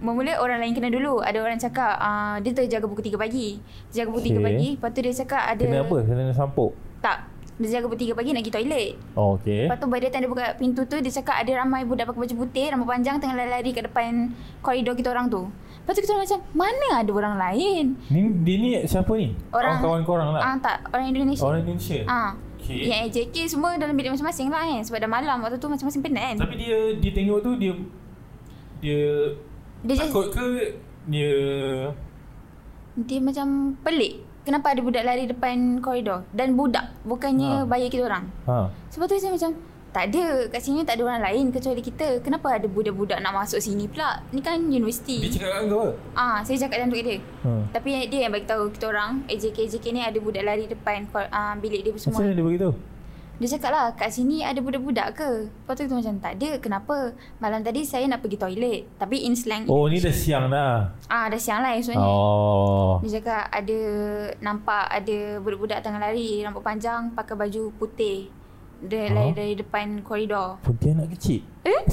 Speaker 9: Bermula orang lain kena dulu Ada orang cakap uh, Dia terjaga pukul 3 pagi Dia Jaga pukul 3
Speaker 7: Okay.
Speaker 9: pagi Lepas tu dia cakap ada
Speaker 7: Kena apa? Kena sampuk.
Speaker 9: Tak Dia jaga pukul 3 pagi nak pergi toilet
Speaker 7: Oh, okey.
Speaker 9: Lepas tu by the time dia buka pintu tu Dia cakap ada ramai budak pakai baju putih Rambut panjang tengah lari-lari kat depan Koridor kita orang tu Lepas tu kita orang macam Mana ada orang lain
Speaker 7: Ni dia ni siapa ni?
Speaker 9: Orang
Speaker 7: oh, kawan korang lah.
Speaker 9: Ah tak Orang Indonesia
Speaker 7: Orang Indonesia.
Speaker 9: Ah.
Speaker 7: Okey.
Speaker 9: Yang AJK semua dalam bilik masing-masing lah kan Sebab dah malam Waktu tu masing-masing penat kan
Speaker 7: Tapi dia dia tengok tu dia dia,
Speaker 9: Dia just
Speaker 7: takut ke dia
Speaker 9: Dia macam pelik Kenapa ada budak lari depan koridor Dan budak Bukannya
Speaker 7: Ah.
Speaker 9: bayar kita orang
Speaker 7: ha.
Speaker 9: Sebab tu saya macam tak ada, kat sini tak ada orang lain kecuali kita. Kenapa ada budak-budak nak masuk sini pula? Ni kan universiti.
Speaker 7: Dia cakap kat kau ke?
Speaker 9: Ah, saya cakap macam tu kat dia.
Speaker 7: Ha.
Speaker 9: Tapi yang- dia yang bagi tahu kita orang AJK AJK ni ada budak lari depan uh, bilik dia
Speaker 7: Macam
Speaker 9: semua. Hmm.
Speaker 7: mana dia beritahu?
Speaker 9: Dia cakap lah kat sini ada budak-budak ke? Lepas tu kita macam tak ada kenapa? Malam tadi saya nak pergi toilet tapi in slang
Speaker 7: Oh ni dah siang dah.
Speaker 9: ah dah siang lah esoknya.
Speaker 7: Oh.
Speaker 9: Dia cakap ada nampak ada budak-budak tengah lari rambut panjang pakai baju putih. Dia
Speaker 7: Ah.
Speaker 9: lari dari depan koridor.
Speaker 7: Pontian nak kecil.
Speaker 9: Eh?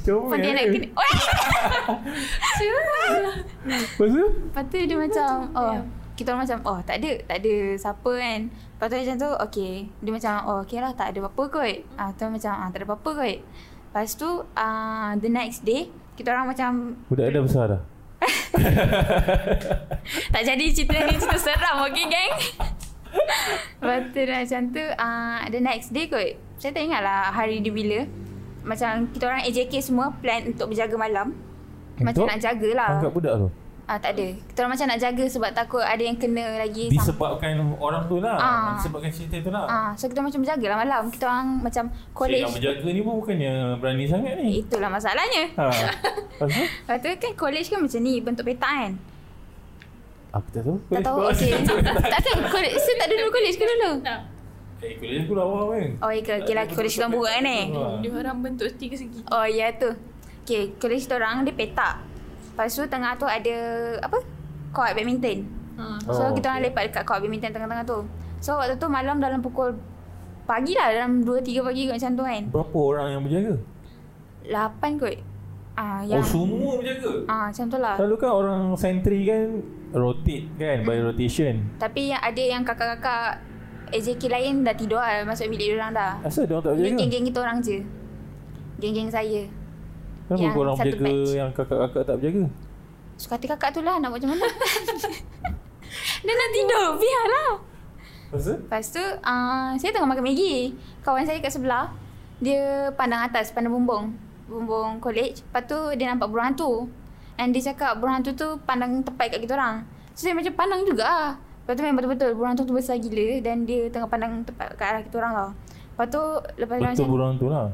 Speaker 7: Coba.
Speaker 9: Lepas dia
Speaker 7: Oh, ya
Speaker 9: nak kena Oi! Sure.
Speaker 7: Lepas tu?
Speaker 9: Lepas tu dia macam oh kita orang macam oh tak ada tak ada siapa kan. Lepas tu macam tu okey. Dia macam oh okey lah tak ada apa-apa kot. Ah tu macam ah tak ada apa-apa kot. Lepas tu uh, the next day kita orang macam
Speaker 7: Budak dah besar dah.
Speaker 9: tak jadi cerita ni cerita seram okey geng. Lepas tu dah macam tu uh, the next day kot. Saya tak ingat lah hari dia bila. Macam kita orang AJK semua plan untuk berjaga malam. Macam
Speaker 7: Untuk
Speaker 9: nak jaga lah.
Speaker 7: Angkat budak tu.
Speaker 9: Ah tak ada. Kita orang macam nak jaga sebab takut ada yang kena lagi. sampai-
Speaker 7: Disebabkan orang tu lah.
Speaker 9: Ah.
Speaker 7: Disebabkan cerita tu lah.
Speaker 9: Ah, so kita macam berjaga lah malam. Kita orang macam
Speaker 7: Cik
Speaker 9: college.
Speaker 7: yang berjaga ni pun bukannya berani sangat ni.
Speaker 9: Itulah masalahnya.
Speaker 7: Ha. Lepas tu?
Speaker 9: Lepas tu kan college kan macam ni bentuk peta kan.
Speaker 7: Aku tak tahu.
Speaker 9: Tak tahu okey. tak kan college saya tak dulu college ke dulu.
Speaker 1: Tak.
Speaker 7: Eh, kuliah aku lawa kan. Ah.
Speaker 9: Oh ya ke okey lah college kita orang buruk kan eh.
Speaker 1: Dia orang bentuk tiga segi.
Speaker 9: Oh ya tu. Okey, college kita orang dia petak. Lepas tu tengah tu ada apa? Court badminton.
Speaker 1: Ha.
Speaker 9: So
Speaker 7: Oh,
Speaker 9: kita orang
Speaker 7: okey.
Speaker 9: lepak dekat court badminton tengah-tengah tu. So waktu tu malam dalam pukul pagi lah dalam 2 3 pagi kot macam tu kan.
Speaker 7: Berapa orang yang berjaga?
Speaker 9: 8 kot. Ah Oh, yang
Speaker 7: Ya. Oh, semua berjaga?
Speaker 9: ah macam tu lah.
Speaker 7: Selalu kan orang sentry kan rotate kan
Speaker 9: Hmm.
Speaker 7: by rotation.
Speaker 9: Tapi yang ada yang kakak-kakak AJK lain dah tidur lah masuk bilik diorang dah.
Speaker 7: Asal dia orang tak
Speaker 9: Ni
Speaker 7: berjaga?
Speaker 9: geng-geng kita orang je. Geng-geng saya.
Speaker 7: Kenapa
Speaker 9: yang
Speaker 7: korang
Speaker 9: Ya, satu
Speaker 7: berjaga
Speaker 9: batch.
Speaker 7: yang kakak-kakak tak berjaga?
Speaker 9: So kata kakak tu lah nak buat macam mana Dia nak tidur Biarlah
Speaker 7: Pasal?
Speaker 9: Lepas tu uh, Saya tengah makan Maggi Kawan saya kat sebelah Dia pandang atas Pandang bumbung Bumbung college Lepas tu dia nampak burung hantu And dia cakap burung hantu tu Pandang tepat kat kita orang So saya macam pandang juga lah Lepas tu memang betul-betul Burung hantu tu besar gila Dan dia tengah pandang tepat kat arah kita orang tau Lepas tu Lepas tu
Speaker 7: Betul
Speaker 9: macam-
Speaker 7: burung tu lah.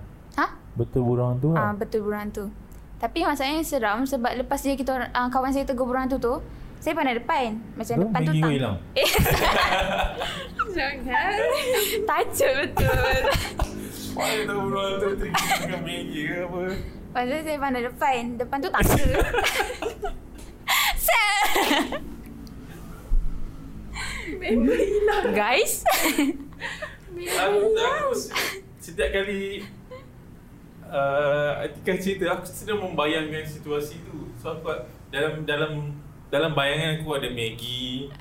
Speaker 9: Ha?
Speaker 7: Betul burung tu
Speaker 9: Ah
Speaker 7: lah.
Speaker 9: betul burung hantu. Tapi masalahnya seram sebab lepas dia kita orang- ah, kawan saya tegur burung hantu tu, saya pandai depan. Macam
Speaker 7: Tu,
Speaker 9: depan tu
Speaker 7: Maggi
Speaker 9: tak.
Speaker 7: kau hilang?
Speaker 9: Eh,
Speaker 1: Jangan.
Speaker 9: tajuk betul.
Speaker 7: Mana tahu burung tu tinggi dengan Maggi ke apa?
Speaker 9: Pasal saya pandai depan. Depan tu tangga. Sel.
Speaker 1: Memang hilang.
Speaker 9: Guys.
Speaker 7: Aku, aku se- setiap kali uh, Atika cerita aku sedang membayangkan situasi tu. So aku dalam dalam dalam bayangan aku ada Maggie,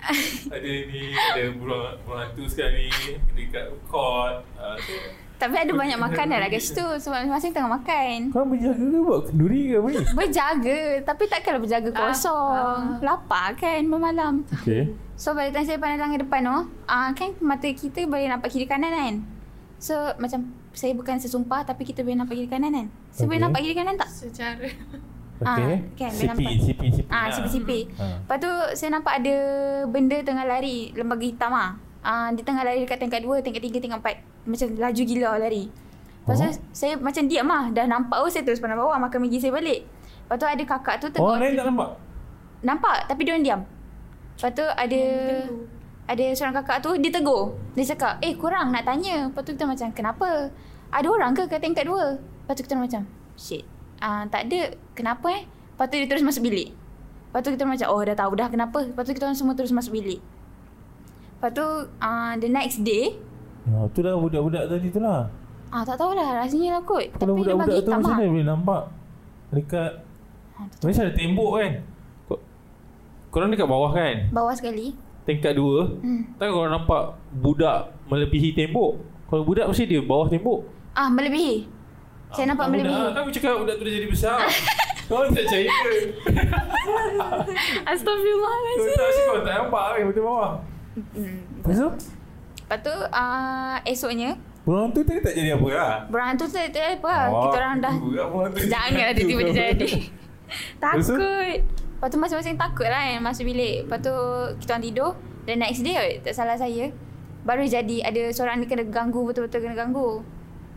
Speaker 7: ada ni, ada burung burung hantu sekarang ni dekat court. Uh,
Speaker 9: Tapi ada banyak makanan lah kat situ sebab masing-masing tengah makan.
Speaker 7: kau berjaga ke buat kenduri ke apa ni?
Speaker 9: Berjaga Tapi takkanlah berjaga kosong Lapar kan Malam-malam
Speaker 7: Okay.
Speaker 9: So by the time saya pandang tangan depan tu uh, Kan mata kita boleh nampak kiri kanan kan So macam Saya bukan sesumpah Tapi kita boleh nampak kiri kanan kan So okay. boleh
Speaker 7: Okay.
Speaker 9: nampak kiri kanan tak?
Speaker 1: Secara.
Speaker 7: Okay.
Speaker 9: Ah, kan, dia
Speaker 7: sipi,
Speaker 9: nampak.
Speaker 7: sipi, sipi.
Speaker 9: Ah, sipi-sipi
Speaker 7: Ah.
Speaker 9: Lepas tu saya nampak ada Benda tengah lari Lembaga hitam ah. Uh, dia tengah lari dekat tingkat 2 Tingkat 3, tingkat 4 Macam laju gila lah lari Lepas tu
Speaker 7: Oh.
Speaker 9: saya macam diam lah Dah nampak tu saya terus pandang bawah Makan Maggi saya balik Lepas tu ada kakak tu
Speaker 7: Oh,
Speaker 9: tengok
Speaker 7: lain tak nampak?
Speaker 9: Nampak tapi dia orang diam. Lepas tu ada ada seorang kakak tu dia tegur. Dia cakap, "Eh, kurang nak tanya." Lepas tu kita macam, "Kenapa? Ada orang ke kat tingkat dua? Lepas tu kita orang macam, "Shit. Ah, tak ada. Kenapa eh?" Lepas tu dia terus masuk bilik. Lepas tu kita orang macam, "Oh, dah tahu dah kenapa." Lepas tu kita orang semua terus masuk bilik. Lepas tu uh, the next day,
Speaker 7: Oh, tu lah budak-budak tadi tu lah.
Speaker 9: ah tak tahulah rasanya lah kot.
Speaker 7: Kalau
Speaker 9: Tapi dia bagi
Speaker 7: budak-budak tu
Speaker 9: hitam
Speaker 7: macam
Speaker 9: ah.
Speaker 7: mana boleh nampak Dekat
Speaker 9: Ha, tu-
Speaker 7: Macam ada tembok kan Kor- Korang dekat bawah kan
Speaker 9: Bawah sekali.
Speaker 7: Tingkat dua
Speaker 9: Hmm.
Speaker 7: Takkan korang nampak Budak melebihi tembok Kalau budak mesti dia bawah tembok
Speaker 9: Ah, melebihi. Saya nampak
Speaker 7: budak,
Speaker 9: melebihi.
Speaker 7: Kan aku cakap budak tu dah jadi besar Korang tak cari ke Kau
Speaker 9: Astagfirullahalazim.
Speaker 7: tak sih korang tak nampak kan Benda bawah
Speaker 9: Hmm.
Speaker 7: Lepas tu
Speaker 9: Lepas tu uh, esoknya
Speaker 7: Burung tu tadi tak jadi apa lah
Speaker 9: Berang tu tak tak apa oh, Kita orang dah Janganlah
Speaker 7: Janganlah
Speaker 9: tiba-tiba dia jadi Takut Lepas tu masing-masing takut lah kan Masuk bilik Lepas tu kita orang tidur Dan next day kot, tak salah saya Baru jadi ada seorang ni kena ganggu Betul-betul kena ganggu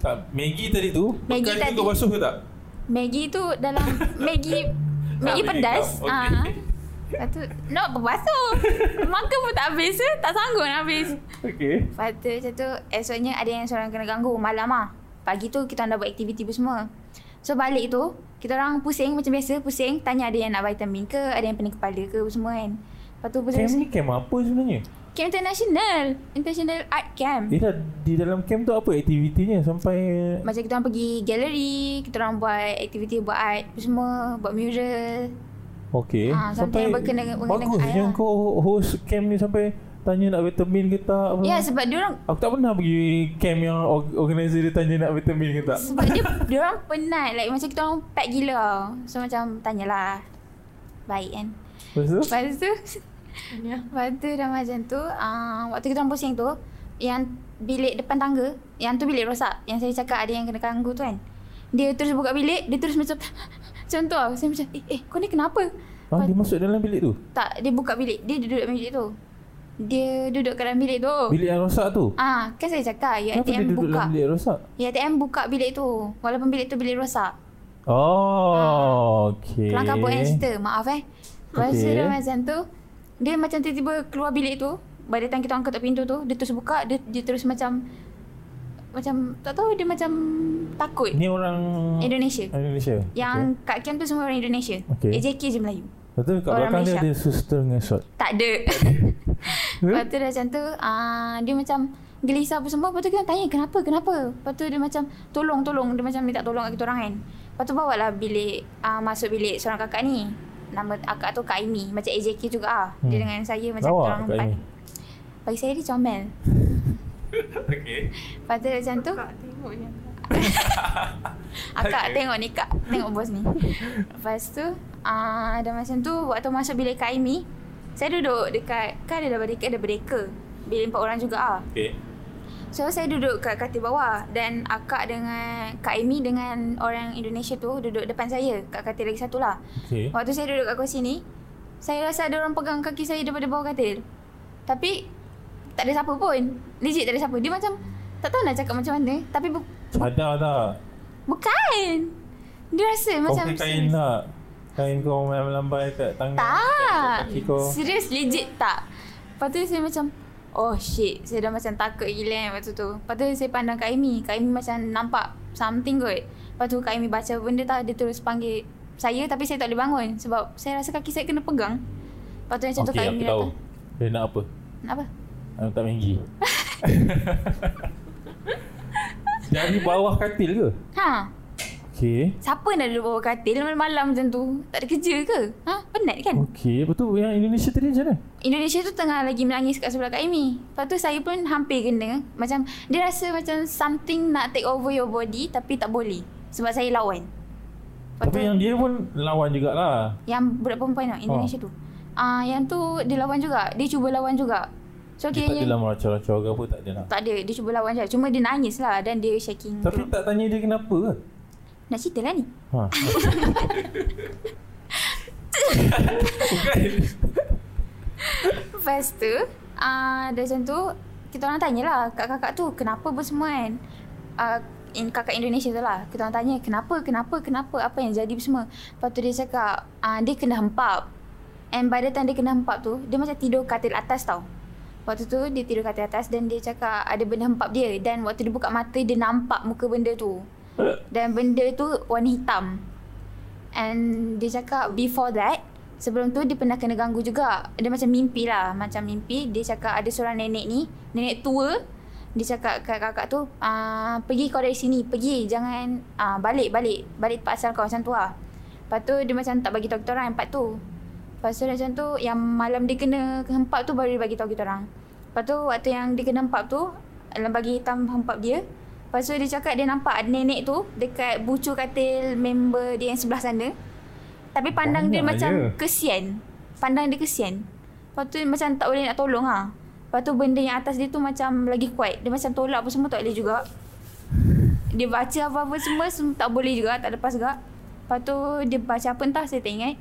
Speaker 7: Tak, Maggie tadi tu
Speaker 9: Maggie
Speaker 7: Maggie
Speaker 9: tadi.
Speaker 7: tadi tu kau basuh ke tak? Ah,
Speaker 9: Maggi tu dalam Maggi Maggi
Speaker 7: Maggi
Speaker 9: pedas okay.
Speaker 7: kau, Oh, okey.
Speaker 9: ah. Lepas tu Nak berbasuh Makan pun tak habis eh. Tak sanggup nak habis
Speaker 7: Okay
Speaker 9: Lepas tu macam tu Esoknya ada yang seorang kena ganggu Malam lah Pagi tu kita orang dah buat aktiviti apa semua So balik tu Kita orang pusing macam biasa Pusing Tanya ada yang nak vitamin ke Ada yang pening kepala ke apa semua kan Lepas tu pusing
Speaker 7: Camp ni camp apa sebenarnya?
Speaker 9: Camp international International art camp
Speaker 7: Dia dah, di dalam camp tu apa aktivitinya sampai
Speaker 9: Macam kita orang pergi galeri Kita orang buat aktiviti buat art apa semua Buat mural
Speaker 7: okey
Speaker 9: Ah, something yang berkena- berkena
Speaker 7: bagus
Speaker 9: dengan air lah.
Speaker 7: yang kau host camp ni sampai tanya nak vitamin ke tak apa.
Speaker 9: Ya sebab dia orang
Speaker 7: Aku tak pernah pergi camp yang or- organizer dia tanya nak vitamin ke tak.
Speaker 9: sebab dia, dia orang penat like macam kita orang pack gila tau. So macam tanyalah baik kan.
Speaker 7: Lepas tu
Speaker 9: Lepas tu
Speaker 1: Ya.
Speaker 9: Lepas tu dah macam tu uh, Waktu kita orang pusing tu Yang bilik depan tangga Yang tu bilik rosak Yang saya cakap ada yang kena ganggu tu kan Dia terus buka bilik Dia terus macam Macam tu tau Saya macam Eh, eh kau ni kenapa?
Speaker 7: ah, dia masuk dalam bilik tu.
Speaker 9: Tak dia buka bilik Dia duduk dalam bilik tu Dia duduk kat dalam bilik tu
Speaker 7: Bilik yang rosak tu.
Speaker 9: Oh. Ah, kan saya cakap
Speaker 7: Kenapa dia
Speaker 9: UiTM
Speaker 7: duduk
Speaker 9: buka
Speaker 7: dalam bilik rosak?
Speaker 9: UiTM buka bilik tu Walaupun bilik tu bilik rosak
Speaker 7: Oh,
Speaker 9: Ah.
Speaker 7: okey.
Speaker 9: Kelang kabut kan cerita Maaf eh Lepas tu
Speaker 7: Okey.
Speaker 9: dia macam tu Dia macam tiba-tiba keluar bilik tu By the time kita orang ketuk pintu tu Dia terus buka Dia, dia terus macam Macam Tak tahu dia macam Takut
Speaker 7: Ni orang
Speaker 9: Indonesia
Speaker 7: Indonesia.
Speaker 9: Yang kat camp tu semua orang Indonesia
Speaker 7: Okey.
Speaker 9: AJK je Melayu
Speaker 7: okay. Lepas tu kat
Speaker 9: orang
Speaker 7: belakang dia
Speaker 9: Malaysia.
Speaker 7: ada suster dengan shot.
Speaker 9: Tak ada
Speaker 7: Ya.
Speaker 9: Lepas tu dah macam tu uh, Dia macam Gelisah apa semua Lepas tu kita tanya Kenapa kenapa Lepas tu dia macam Tolong tolong Dia macam minta tolong kat kita orang kan Lepas tu bawa lah bilik uh, Masuk bilik seorang kakak ni Nama kakak tu Kak Amy Macam AJK juga ah. Dia
Speaker 7: Hmm.
Speaker 9: dengan saya Macam kita
Speaker 7: Lawak
Speaker 9: orang
Speaker 7: kat
Speaker 9: empat
Speaker 7: ni.
Speaker 9: Bagi saya dia comel
Speaker 7: Okey.
Speaker 9: Lepas tu dia macam tu
Speaker 1: Kak tengok yang
Speaker 9: Akak tengok ni kak Tengok bos ni Lepas tu uh, dan masa tu waktu masuk bilik Kak Aimi, saya duduk dekat kan ada berdeka ada berdeka. Bilik empat orang juga ah.
Speaker 7: Okay.
Speaker 9: So saya duduk kat katil bawah dan akak dengan Kak Amy dengan orang Indonesia tu duduk depan saya kat katil lagi satu lah.
Speaker 7: Okay.
Speaker 9: Waktu saya duduk kat kursi ni, saya rasa ada orang pegang kaki saya daripada bawah katil. Tapi tak ada siapa pun. Legit tak ada siapa. Dia macam tak tahu nak cakap macam mana. Tapi bu-
Speaker 7: Cadar tak?
Speaker 9: bukan. Dia rasa
Speaker 7: Kau
Speaker 9: macam
Speaker 7: pakai kain Oh, tak? Kain kau melambai kat tangan?
Speaker 9: Tak.
Speaker 7: Kaki kau.
Speaker 9: Serius legit tak. Lepas tu saya macam Oh shit Saya dah macam takut gila kan Waktu tu Lepas tu saya pandang Kak Amy Kak Amy macam nampak Something kot Lepas tu Kak Amy baca benda tak Dia terus panggil Saya tapi saya tak boleh bangun Sebab saya rasa kaki saya kena pegang Lepas tu macam tu Kak
Speaker 7: Okay, aku
Speaker 9: Amy
Speaker 7: tahu.
Speaker 9: datang
Speaker 7: Dia nak apa?
Speaker 9: Nak apa?
Speaker 7: Aku tak Maggi. Dari bawah katil ke?
Speaker 9: Ha?
Speaker 7: Okay.
Speaker 9: Siapa nak duduk bawah katil malam-malam macam tu? Tak ada kerja ke? Ha? Penat kan?
Speaker 7: Okay, betul yang Indonesia tadi macam mana?
Speaker 9: Indonesia tu tengah lagi menangis kat sebelah Kak Amy. Lepas tu saya pun hampir kena. Macam dia rasa macam something nak take over your body tapi tak boleh. Sebab saya lawan. Lepas
Speaker 7: Tapi
Speaker 9: tu,
Speaker 7: yang dia pun lawan jugalah.
Speaker 9: yang budak perempuan tau Indonesia tu. Ah uh, yang tu dia lawan juga. Dia cuba lawan juga. So
Speaker 7: Dia tak
Speaker 9: kiranya
Speaker 7: adalah meracau-racau ke apa, tak adalah.
Speaker 9: tak ada. Dia cuba lawan je. Cuma dia nangis lah dan dia shaking.
Speaker 7: Tapi tak tanya dia kenapa ke?
Speaker 9: Nak cerita lah ni.
Speaker 7: Ha.
Speaker 9: Lepas tu uh, Dah macam tu Kita orang tanyalah Kat kakak tu Kenapa pun semua kan uh, in, Kakak Indonesia tu lah Kita orang tanya Kenapa Kenapa Kenapa Apa yang jadi pun semua Lepas tu dia cakap uh, Dia kena hempap And by the time dia kena hempap tu Dia macam tidur katil atas tau Waktu tu dia tidur katil atas Dan dia cakap Ada benda hempap dia Dan waktu dia buka mata Dia nampak muka benda tu Dan benda tu Warna hitam And dia cakap before that Sebelum tu dia pernah kena ganggu juga Dia macam mimpi lah Macam mimpi Dia cakap ada seorang nenek ni Nenek tua Dia cakap kat kakak tu ah, Pergi kau dari sini Pergi Jangan ah, Balik Balik Balik tempat asal kau Macam tu lah Lepas tu dia macam tak bagi tahu kita orang Empat tu Lepas tu dia macam tu Yang malam dia kena Hempap tu baru dia bagi tahu kita orang Lepas tu waktu yang dia kena hempap tu Alam bagi hitam hempap dia Lepas tu dia cakap dia nampak ada nenek tu Dekat bucu katil member dia yang sebelah sana Tapi pandang dia
Speaker 7: Banyak
Speaker 9: macam
Speaker 7: je.
Speaker 9: kesian Pandang dia kesian Lepas tu macam tak boleh nak tolong lah Lepas tu benda yang atas dia tu macam lagi kuat Dia macam tolak apa semua tak boleh juga Dia baca apa-apa semua, semua tak boleh juga Tak lepas juga Lepas tu dia baca apa entah saya tak ingat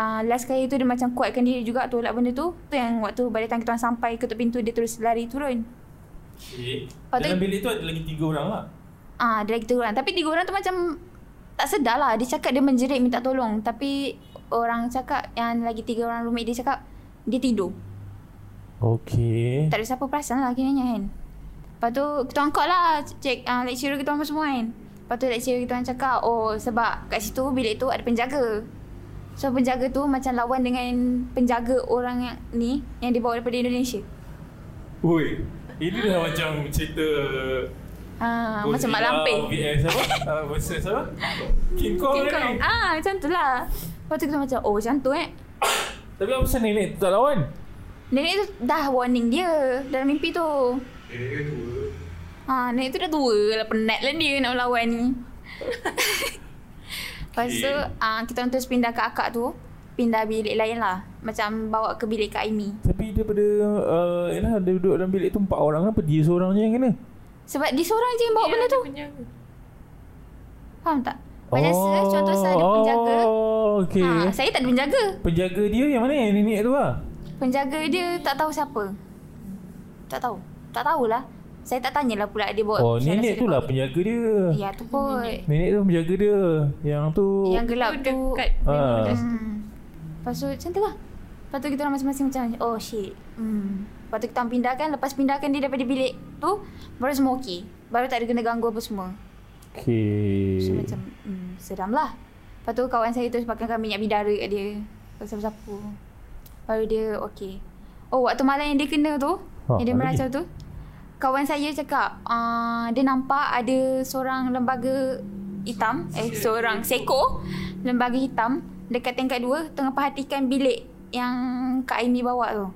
Speaker 9: uh, last kali tu dia macam kuatkan diri juga tolak benda tu tu yang waktu by the time kita orang sampai ketuk pintu dia terus lari turun
Speaker 7: Okay.
Speaker 9: Patut-
Speaker 7: Dalam bilik tu ada lagi tiga orang lah.
Speaker 9: ah uh, dia lagi turun tapi tiga orang tu macam tak sedar lah dia cakap dia menjerit minta tolong tapi orang cakap yang lagi tiga orang roommate dia cakap dia tidur
Speaker 7: Okay.
Speaker 9: tak ada siapa perasan lah akhirnya kan lepas tu kita orang call lah cek uh, lecturer kita orang semua kan lepas tu lecturer kita orang cakap oh sebab kat situ bilik tu ada penjaga so penjaga tu macam lawan dengan penjaga orang yang ni yang dibawa daripada Indonesia
Speaker 7: Ui. Ini dah macam cerita
Speaker 9: Ah,
Speaker 7: Oh,
Speaker 9: macam mak lampir.
Speaker 7: VS apa? Ah, versus apa? King Kong
Speaker 9: King Kong.
Speaker 7: ni.
Speaker 9: Ah, macam tu lah. Lepas tu kita macam, oh macam tu eh.
Speaker 7: Tapi apa pasal nenek tu tak lawan?
Speaker 9: Nenek tu dah warning dia dalam mimpi tu. Ah, nenek tu dah tua lah, penat lah dia nak melawan ni. Lepas tu, ah, kita orang terus pindah ke akak tu. Pindah bilik lain lah. Macam bawa ke bilik Kak Aimi.
Speaker 7: Tapi daripada uh, Yalah dia duduk dalam bilik tu Empat orang Kenapa dia seorang je yang kena
Speaker 9: Sebab dia seorang je
Speaker 7: Ya.
Speaker 9: yang bawa benda tu. Faham tak? Macam oh, contoh saya ada penjaga.
Speaker 7: Oh okay.
Speaker 9: Ha, saya tak ada penjaga.
Speaker 7: Penjaga dia yang mana yang nenek tu lah
Speaker 9: Penjaga dia tak tahu siapa. Tak tahu. Tak tahulah. Saya tak tanyalah pula dia bawa
Speaker 7: Oh
Speaker 9: saya
Speaker 7: nenek
Speaker 9: rasa
Speaker 7: tu
Speaker 9: dia
Speaker 7: lah
Speaker 9: bawa-
Speaker 7: penjaga dia
Speaker 9: Ya tu pun.
Speaker 7: Nenek tu penjaga dia Yang tu
Speaker 9: Yang gelap
Speaker 1: Tu
Speaker 9: tu.
Speaker 1: dekat
Speaker 7: Ah.
Speaker 9: Hmm. Lepas tu macam tu lah. Lepas tu kita orang masing-masing macam oh shit. Hmm. Lepas tu kita orang pindahkan. Lepas pindahkan dia daripada bilik tu. Baru semua okey. Baru tak ada kena ganggu apa semua.
Speaker 7: Okay
Speaker 9: So macam hmm, seram lah. Lepas tu kawan saya terus pakaikan minyak bidara kat dia. Lepas sapu-sapu. Baru dia okey. Oh waktu malam yang dia kena tu.
Speaker 7: Ha,
Speaker 9: yang dia
Speaker 7: apa
Speaker 9: meracau tu. Kawan saya cakap uh, dia nampak ada seorang lembaga hitam. Eh seorang seko. Lembaga hitam. Dekat tingkat dua tengah perhatikan bilik yang Kak Aimi bawa tu.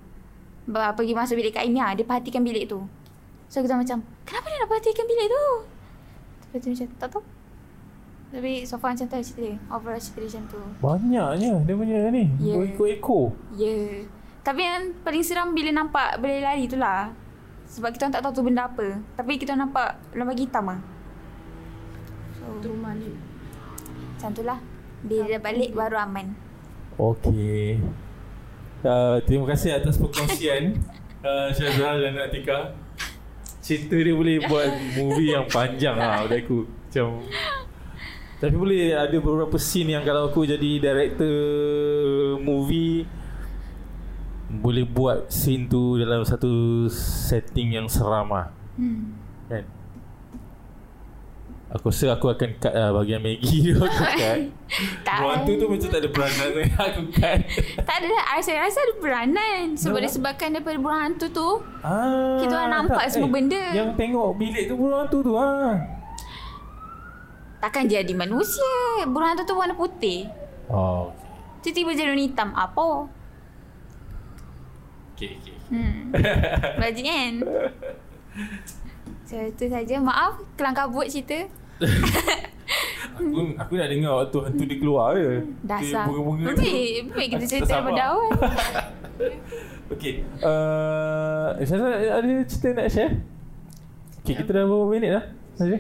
Speaker 9: Ba- Pergi masuk bilik Kak Aimi lah. Dia perhatikan bilik tu. So kita macam Kenapa dia nak perhatikan bilik tu? Lepas tu macam tak tahu Tapi so far macam tu lah cerita dia. Overall cerita dia macam tu.
Speaker 7: Banyaknya dia punya ni.
Speaker 9: Ya.
Speaker 7: Yeah. Ekor-ekor.
Speaker 9: Ya. Yeah. Tapi yang paling seram bila nampak bila lari tu lah. Sebab kita orang tak tahu tu benda apa. Tapi kita orang nampak lubang hitam lah. So,
Speaker 1: Tu malik.
Speaker 9: macam tu lah. Bila dah balik baru aman.
Speaker 7: Okey. Uh, terima kasih atas perkongsian uh, Syazal dan Atika. Cerita dia boleh buat movie yang panjang lah pada aku. Macam tapi boleh ada beberapa scene yang kalau aku jadi director movie boleh buat scene tu dalam satu setting yang seram lah.
Speaker 9: Hmm.
Speaker 7: Kan? Aku rasa aku akan cut lah bahagian Maggie tu aku cut.
Speaker 9: Tak.
Speaker 7: Ruang tu tu macam tak ada peranan aku cut.
Speaker 9: Tak ada lah. Saya rasa ada beranan. Sebab
Speaker 7: No.
Speaker 9: disebabkan daripada burung hantu tu.
Speaker 7: Ah,
Speaker 9: Kita orang nampak semua benda.
Speaker 7: Yang tengok bilik tu burung hantu tu ah.
Speaker 9: Takkan jadi manusia. Burung hantu tu warna putih.
Speaker 7: Oh.
Speaker 9: Tiba-tiba jadi warna hitam. Apa?
Speaker 7: Okey okey.
Speaker 9: Hmm. Belajar kan? So, itu saja. Maaf, kelang kabut cerita.
Speaker 7: Aku aku nak dengar waktu hantu dia keluar je.
Speaker 9: Dasar.
Speaker 7: Dia bunga-bunga. tu.
Speaker 9: Baik, baik kita cerita
Speaker 7: Tersabar.
Speaker 9: daripada awal.
Speaker 7: Okey. Uh, Syazal ada cerita nak share? Okey, kita dah berapa minit dah? Saja.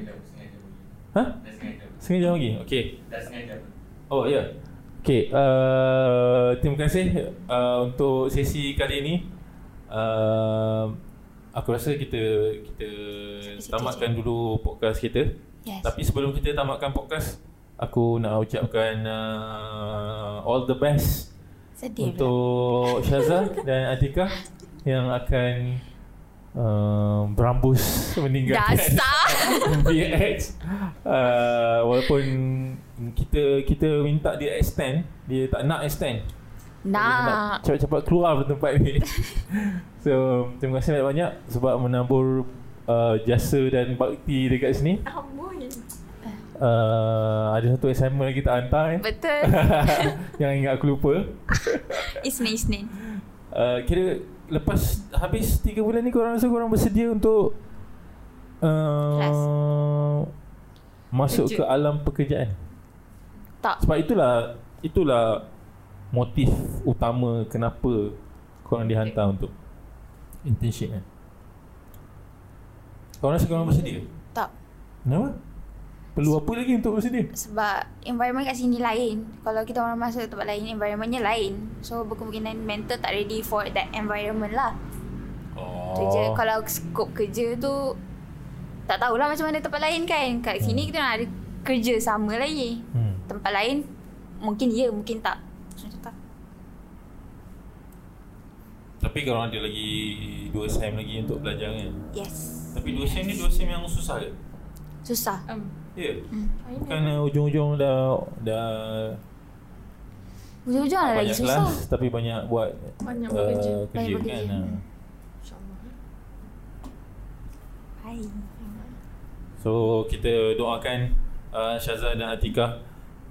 Speaker 7: Ha? Sengaja lagi. Okey. Oh ya. Yeah. Okey, uh, terima kasih uh, untuk sesi kali ini. Uh, aku rasa kita kita
Speaker 9: Sampai situ
Speaker 7: tamatkan dulu podcast kita.
Speaker 9: Yes.
Speaker 7: Tapi sebelum kita tamatkan podcast, aku nak ucapkan uh, all the best
Speaker 9: Sedih pula.
Speaker 7: untuk Syaza dan Atika yang akan uh, berambus meninggalkan
Speaker 9: Dasar.
Speaker 7: VX uh, walaupun kita kita minta dia extend dia tak nak extend Dia
Speaker 9: Nak.
Speaker 7: cepat-cepat keluar dari tempat ni so terima kasih banyak-banyak sebab menabur uh, jasa dan bakti dekat sini
Speaker 1: Amboi.
Speaker 7: uh, ada satu assignment lagi tak hantar eh
Speaker 9: Betul.
Speaker 7: yang ingat aku lupa
Speaker 9: Isnin, Isnin.
Speaker 7: uh, kira lepas habis 3 bulan ni korang rasa korang bersedia untuk
Speaker 9: Kelas.
Speaker 7: uh, masuk
Speaker 1: Kerja.
Speaker 7: ke alam pekerjaan
Speaker 9: Tak.
Speaker 7: Sebab itulah itulah motif utama kenapa korang dihantar untuk internship kan. Korang rasa korang bersedia?
Speaker 9: Tak.
Speaker 7: Kenapa? Perlu apa lagi untuk bersedia?
Speaker 9: Sebab environment kat sini lain. Kalau kita orang masuk tempat lain, environmentnya lain. So, berkemungkinan mental tak ready for that environment lah. Tu je.
Speaker 7: Oh.
Speaker 9: Kalau skop kerja tu, tak tahulah macam mana tempat lain kan. Kat sini kita orang ada kerja sama lagi.
Speaker 7: Hmm.
Speaker 9: Tempat lain, mungkin ya, mungkin tak. Macam tak.
Speaker 7: Tapi korang ada lagi dua sem lagi untuk belajar kan.
Speaker 9: Yes.
Speaker 7: Tapi dua sem ni dua sem yang susah ke?
Speaker 9: Susah.
Speaker 1: Um,
Speaker 7: Ya. Yeah. Bukan
Speaker 1: final.
Speaker 7: uh, ujung-ujung dah dah
Speaker 9: Hujung-hujung lah lagi
Speaker 7: banyak
Speaker 9: susah.
Speaker 7: kelas tapi banyak buat
Speaker 1: Banyak
Speaker 7: uh,
Speaker 1: bekerja.
Speaker 7: kerja
Speaker 9: Banyak
Speaker 7: kan.
Speaker 9: bekerja.
Speaker 7: Uh.
Speaker 1: InsyaAllah.
Speaker 9: Hai.
Speaker 7: So kita doakan uh, Syazah dan Atika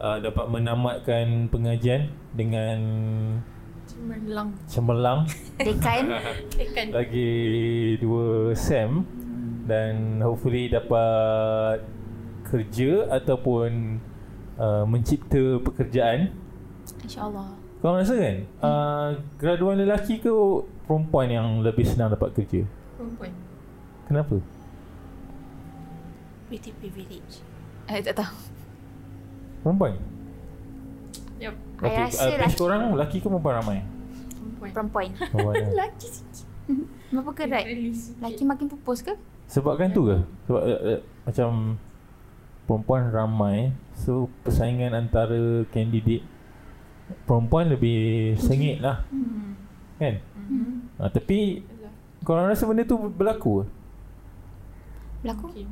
Speaker 7: uh, dapat menamatkan pengajian dengan
Speaker 1: Cemerlang.
Speaker 7: cemerlang
Speaker 9: Dekan.
Speaker 1: Tekan.
Speaker 7: lagi dua sem dan hopefully dapat kerja ataupun uh, mencipta pekerjaan.
Speaker 9: InsyaAllah.
Speaker 7: Kau rasa kan
Speaker 9: Hmm.
Speaker 7: uh, graduan lelaki ke perempuan yang lebih senang dapat kerja?
Speaker 1: Perempuan.
Speaker 7: Kenapa?
Speaker 9: Pretty privilege. Eh, tak tahu.
Speaker 7: Perempuan?
Speaker 1: Yup.
Speaker 9: I rasa
Speaker 7: average
Speaker 9: lelaki.
Speaker 7: korang lelaki ke perempuan ramai?
Speaker 1: Perempuan.
Speaker 9: Perempuan.
Speaker 7: Perempuan lah.
Speaker 1: Lelaki sikit.
Speaker 9: Berapa kerat?
Speaker 1: Lelaki sikit.
Speaker 9: Lelaki makin pupus ke?
Speaker 7: Sebabkan tu ke? Sebab uh, uh, macam perempuan ramai so persaingan antara kandidat perempuan lebih sengit lah kan ha, tapi korang rasa benda tu berlaku ke?
Speaker 9: Berlaku?
Speaker 1: Okay.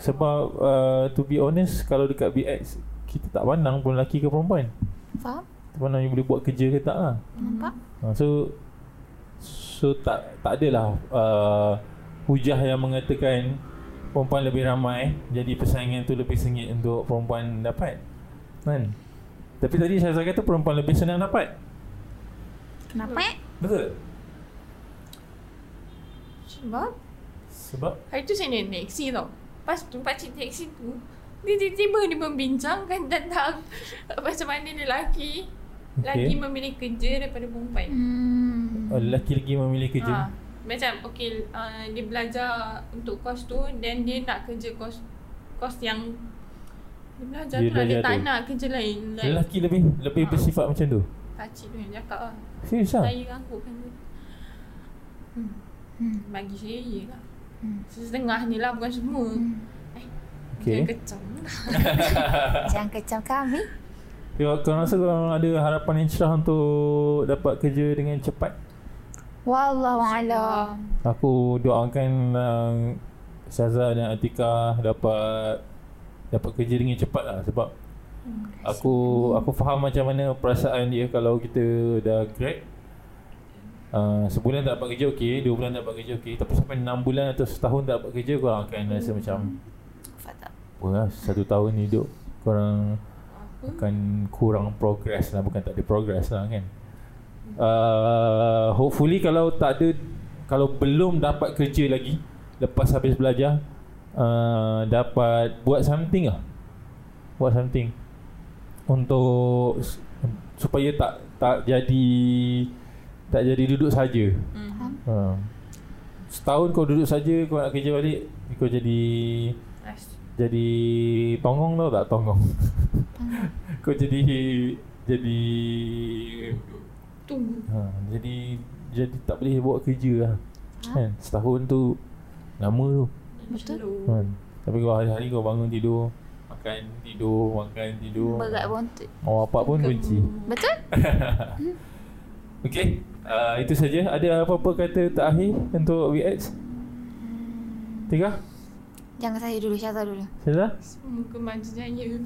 Speaker 7: sebab uh, to be honest kalau dekat BX kita tak pandang pun lelaki ke perempuan
Speaker 9: Faham?
Speaker 7: kita pandang you boleh buat kerja ke tak lah
Speaker 9: Nampak?
Speaker 7: ha, so so tak tak adalah uh, hujah yang mengatakan perempuan lebih ramai jadi persaingan tu lebih sengit untuk perempuan dapat kan tapi tadi saya kata perempuan lebih senang dapat
Speaker 9: Kenapa eh?
Speaker 7: betul
Speaker 1: Sebab
Speaker 7: sebab
Speaker 1: hari tu saya naik teksi tau. Lepas tu pakcik teksi tu Dia tiba-tiba dia membincangkan tentang Macam mana lelaki okay. Lagi memilih kerja daripada perempuan
Speaker 10: Hmm.
Speaker 7: Oh, Lelaki-lelaki memilih kerja
Speaker 1: ha, Macam okay uh, Dia belajar untuk kos tu Dan dia nak kerja kos Kos yang Dia belajar
Speaker 7: Dia
Speaker 1: dia tu lah Dia
Speaker 7: belajar
Speaker 1: tak
Speaker 7: tu.
Speaker 1: nak kerja lain Like
Speaker 7: Lelaki lebih lebih
Speaker 1: Ha.
Speaker 7: bersifat macam tu
Speaker 1: pakcik tu yang cakap lah
Speaker 7: Serius lah
Speaker 1: Saya ranggukkan dia hmm. Hmm. Bagi saya lah hmm. Setengah ni lah bukan semua hmm.
Speaker 7: Okay.
Speaker 1: Dia kecam lah
Speaker 9: Jangan kecam kami.
Speaker 7: Ya, Kau rasa kalau ada harapan yang cerah untuk dapat kerja dengan cepat
Speaker 9: Wallahualam.
Speaker 7: Aku doakan uh, Syazah dan Atika dapat dapat kerja dengan cepat lah sebab aku aku faham macam mana perasaan dia kalau kita dah grad uh, sebulan tak dapat kerja okey, dua bulan tak dapat kerja okey, tapi sampai enam bulan atau setahun tak dapat kerja korang akan rasa macam
Speaker 9: Faham.
Speaker 7: apa lah, satu tahun hidup korang akan kurang progress lah bukan tak ada progress lah kan uh, hopefully kalau tak ada kalau belum dapat kerja lagi lepas habis belajar uh, dapat buat something lah buat something untuk s- supaya tak tak jadi tak jadi duduk saja
Speaker 1: hmm.
Speaker 7: uh, setahun kau duduk saja kau nak kerja balik kau jadi
Speaker 1: Nice.
Speaker 7: jadi tongong tau tak tongong kau jadi jadi
Speaker 1: Tunggu
Speaker 7: ha, jadi jadi tak boleh buat kerja lah kan setahun tu lama tu
Speaker 9: Betul.
Speaker 1: Slow.
Speaker 7: kan tapi kau hari-hari kau bangun tidur makan tidur makan tidur
Speaker 9: Berat bontot.
Speaker 7: mau apa pun kunci
Speaker 9: Betul?
Speaker 7: okey uh, itu saja ada apa-apa kata terakhir untuk VX Tiga?
Speaker 9: Jangan saya dulu, Syazah dulu.
Speaker 7: Syazah?
Speaker 1: Semoga maju jaya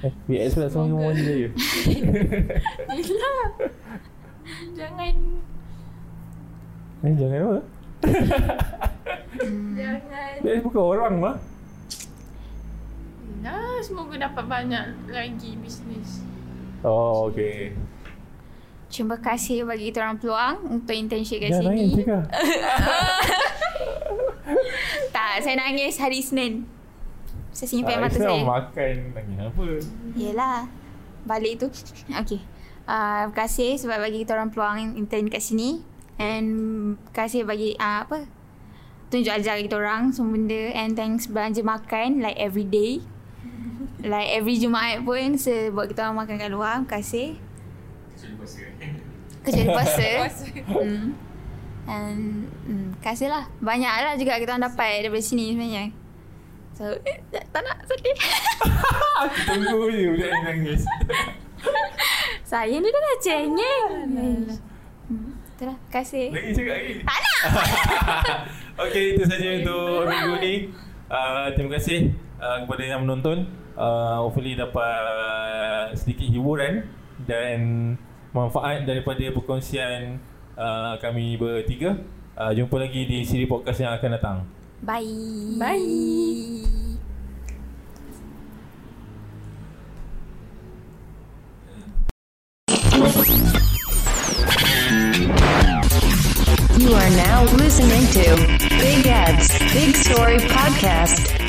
Speaker 7: Eh, VX pula semua
Speaker 1: Semoga.
Speaker 7: orang je
Speaker 1: Yelah Jangan
Speaker 7: Eh, jangan apa?
Speaker 1: Hmm. Jangan
Speaker 7: VX bukan orang lah
Speaker 1: Yelah Semoga dapat banyak lagi bisnes
Speaker 7: Oh, okey.
Speaker 9: Terima kasih bagi kita orang peluang untuk internship kat
Speaker 7: Jangan
Speaker 9: sini.
Speaker 7: nangis, Tika.
Speaker 9: Tak, saya nangis hari Senin. Saya simpan
Speaker 7: Ah,
Speaker 9: mata
Speaker 7: Islam
Speaker 9: saya.
Speaker 7: makan nangis apa?
Speaker 9: Yelah. Balik tu. Okay. Uh, terima kasih sebab bagi kita orang peluang intern kat sini. And terima kasih bagi uh, apa? Tunjuk ajar kita orang semua benda. And thanks belanja makan like every day. Like every Jumaat pun saya buat kita orang makan kat luar. Terima kasih. Kecuali puasa. Kecuali puasa. hmm. And hmm, kasih lah. Banyak lah juga kita orang dapat daripada sini sebenarnya. So, eh, tak tak nak sedih.
Speaker 7: Tunggu je budak ni nangis.
Speaker 9: Saya ni dah cengeng. Hmm, Itulah. Terima kasih.
Speaker 7: Lagi cakap lagi. Tak Okey, itu saja untuk minggu ni. Uh, terima kasih uh, kepada yang menonton. Uh, hopefully dapat sedikit hiburan dan manfaat daripada perkongsian uh, kami bertiga. Uh, jumpa lagi di siri podcast yang akan datang.
Speaker 9: Bye.
Speaker 1: Bye.
Speaker 6: You are now listening to Big Ed's Big Story Podcast.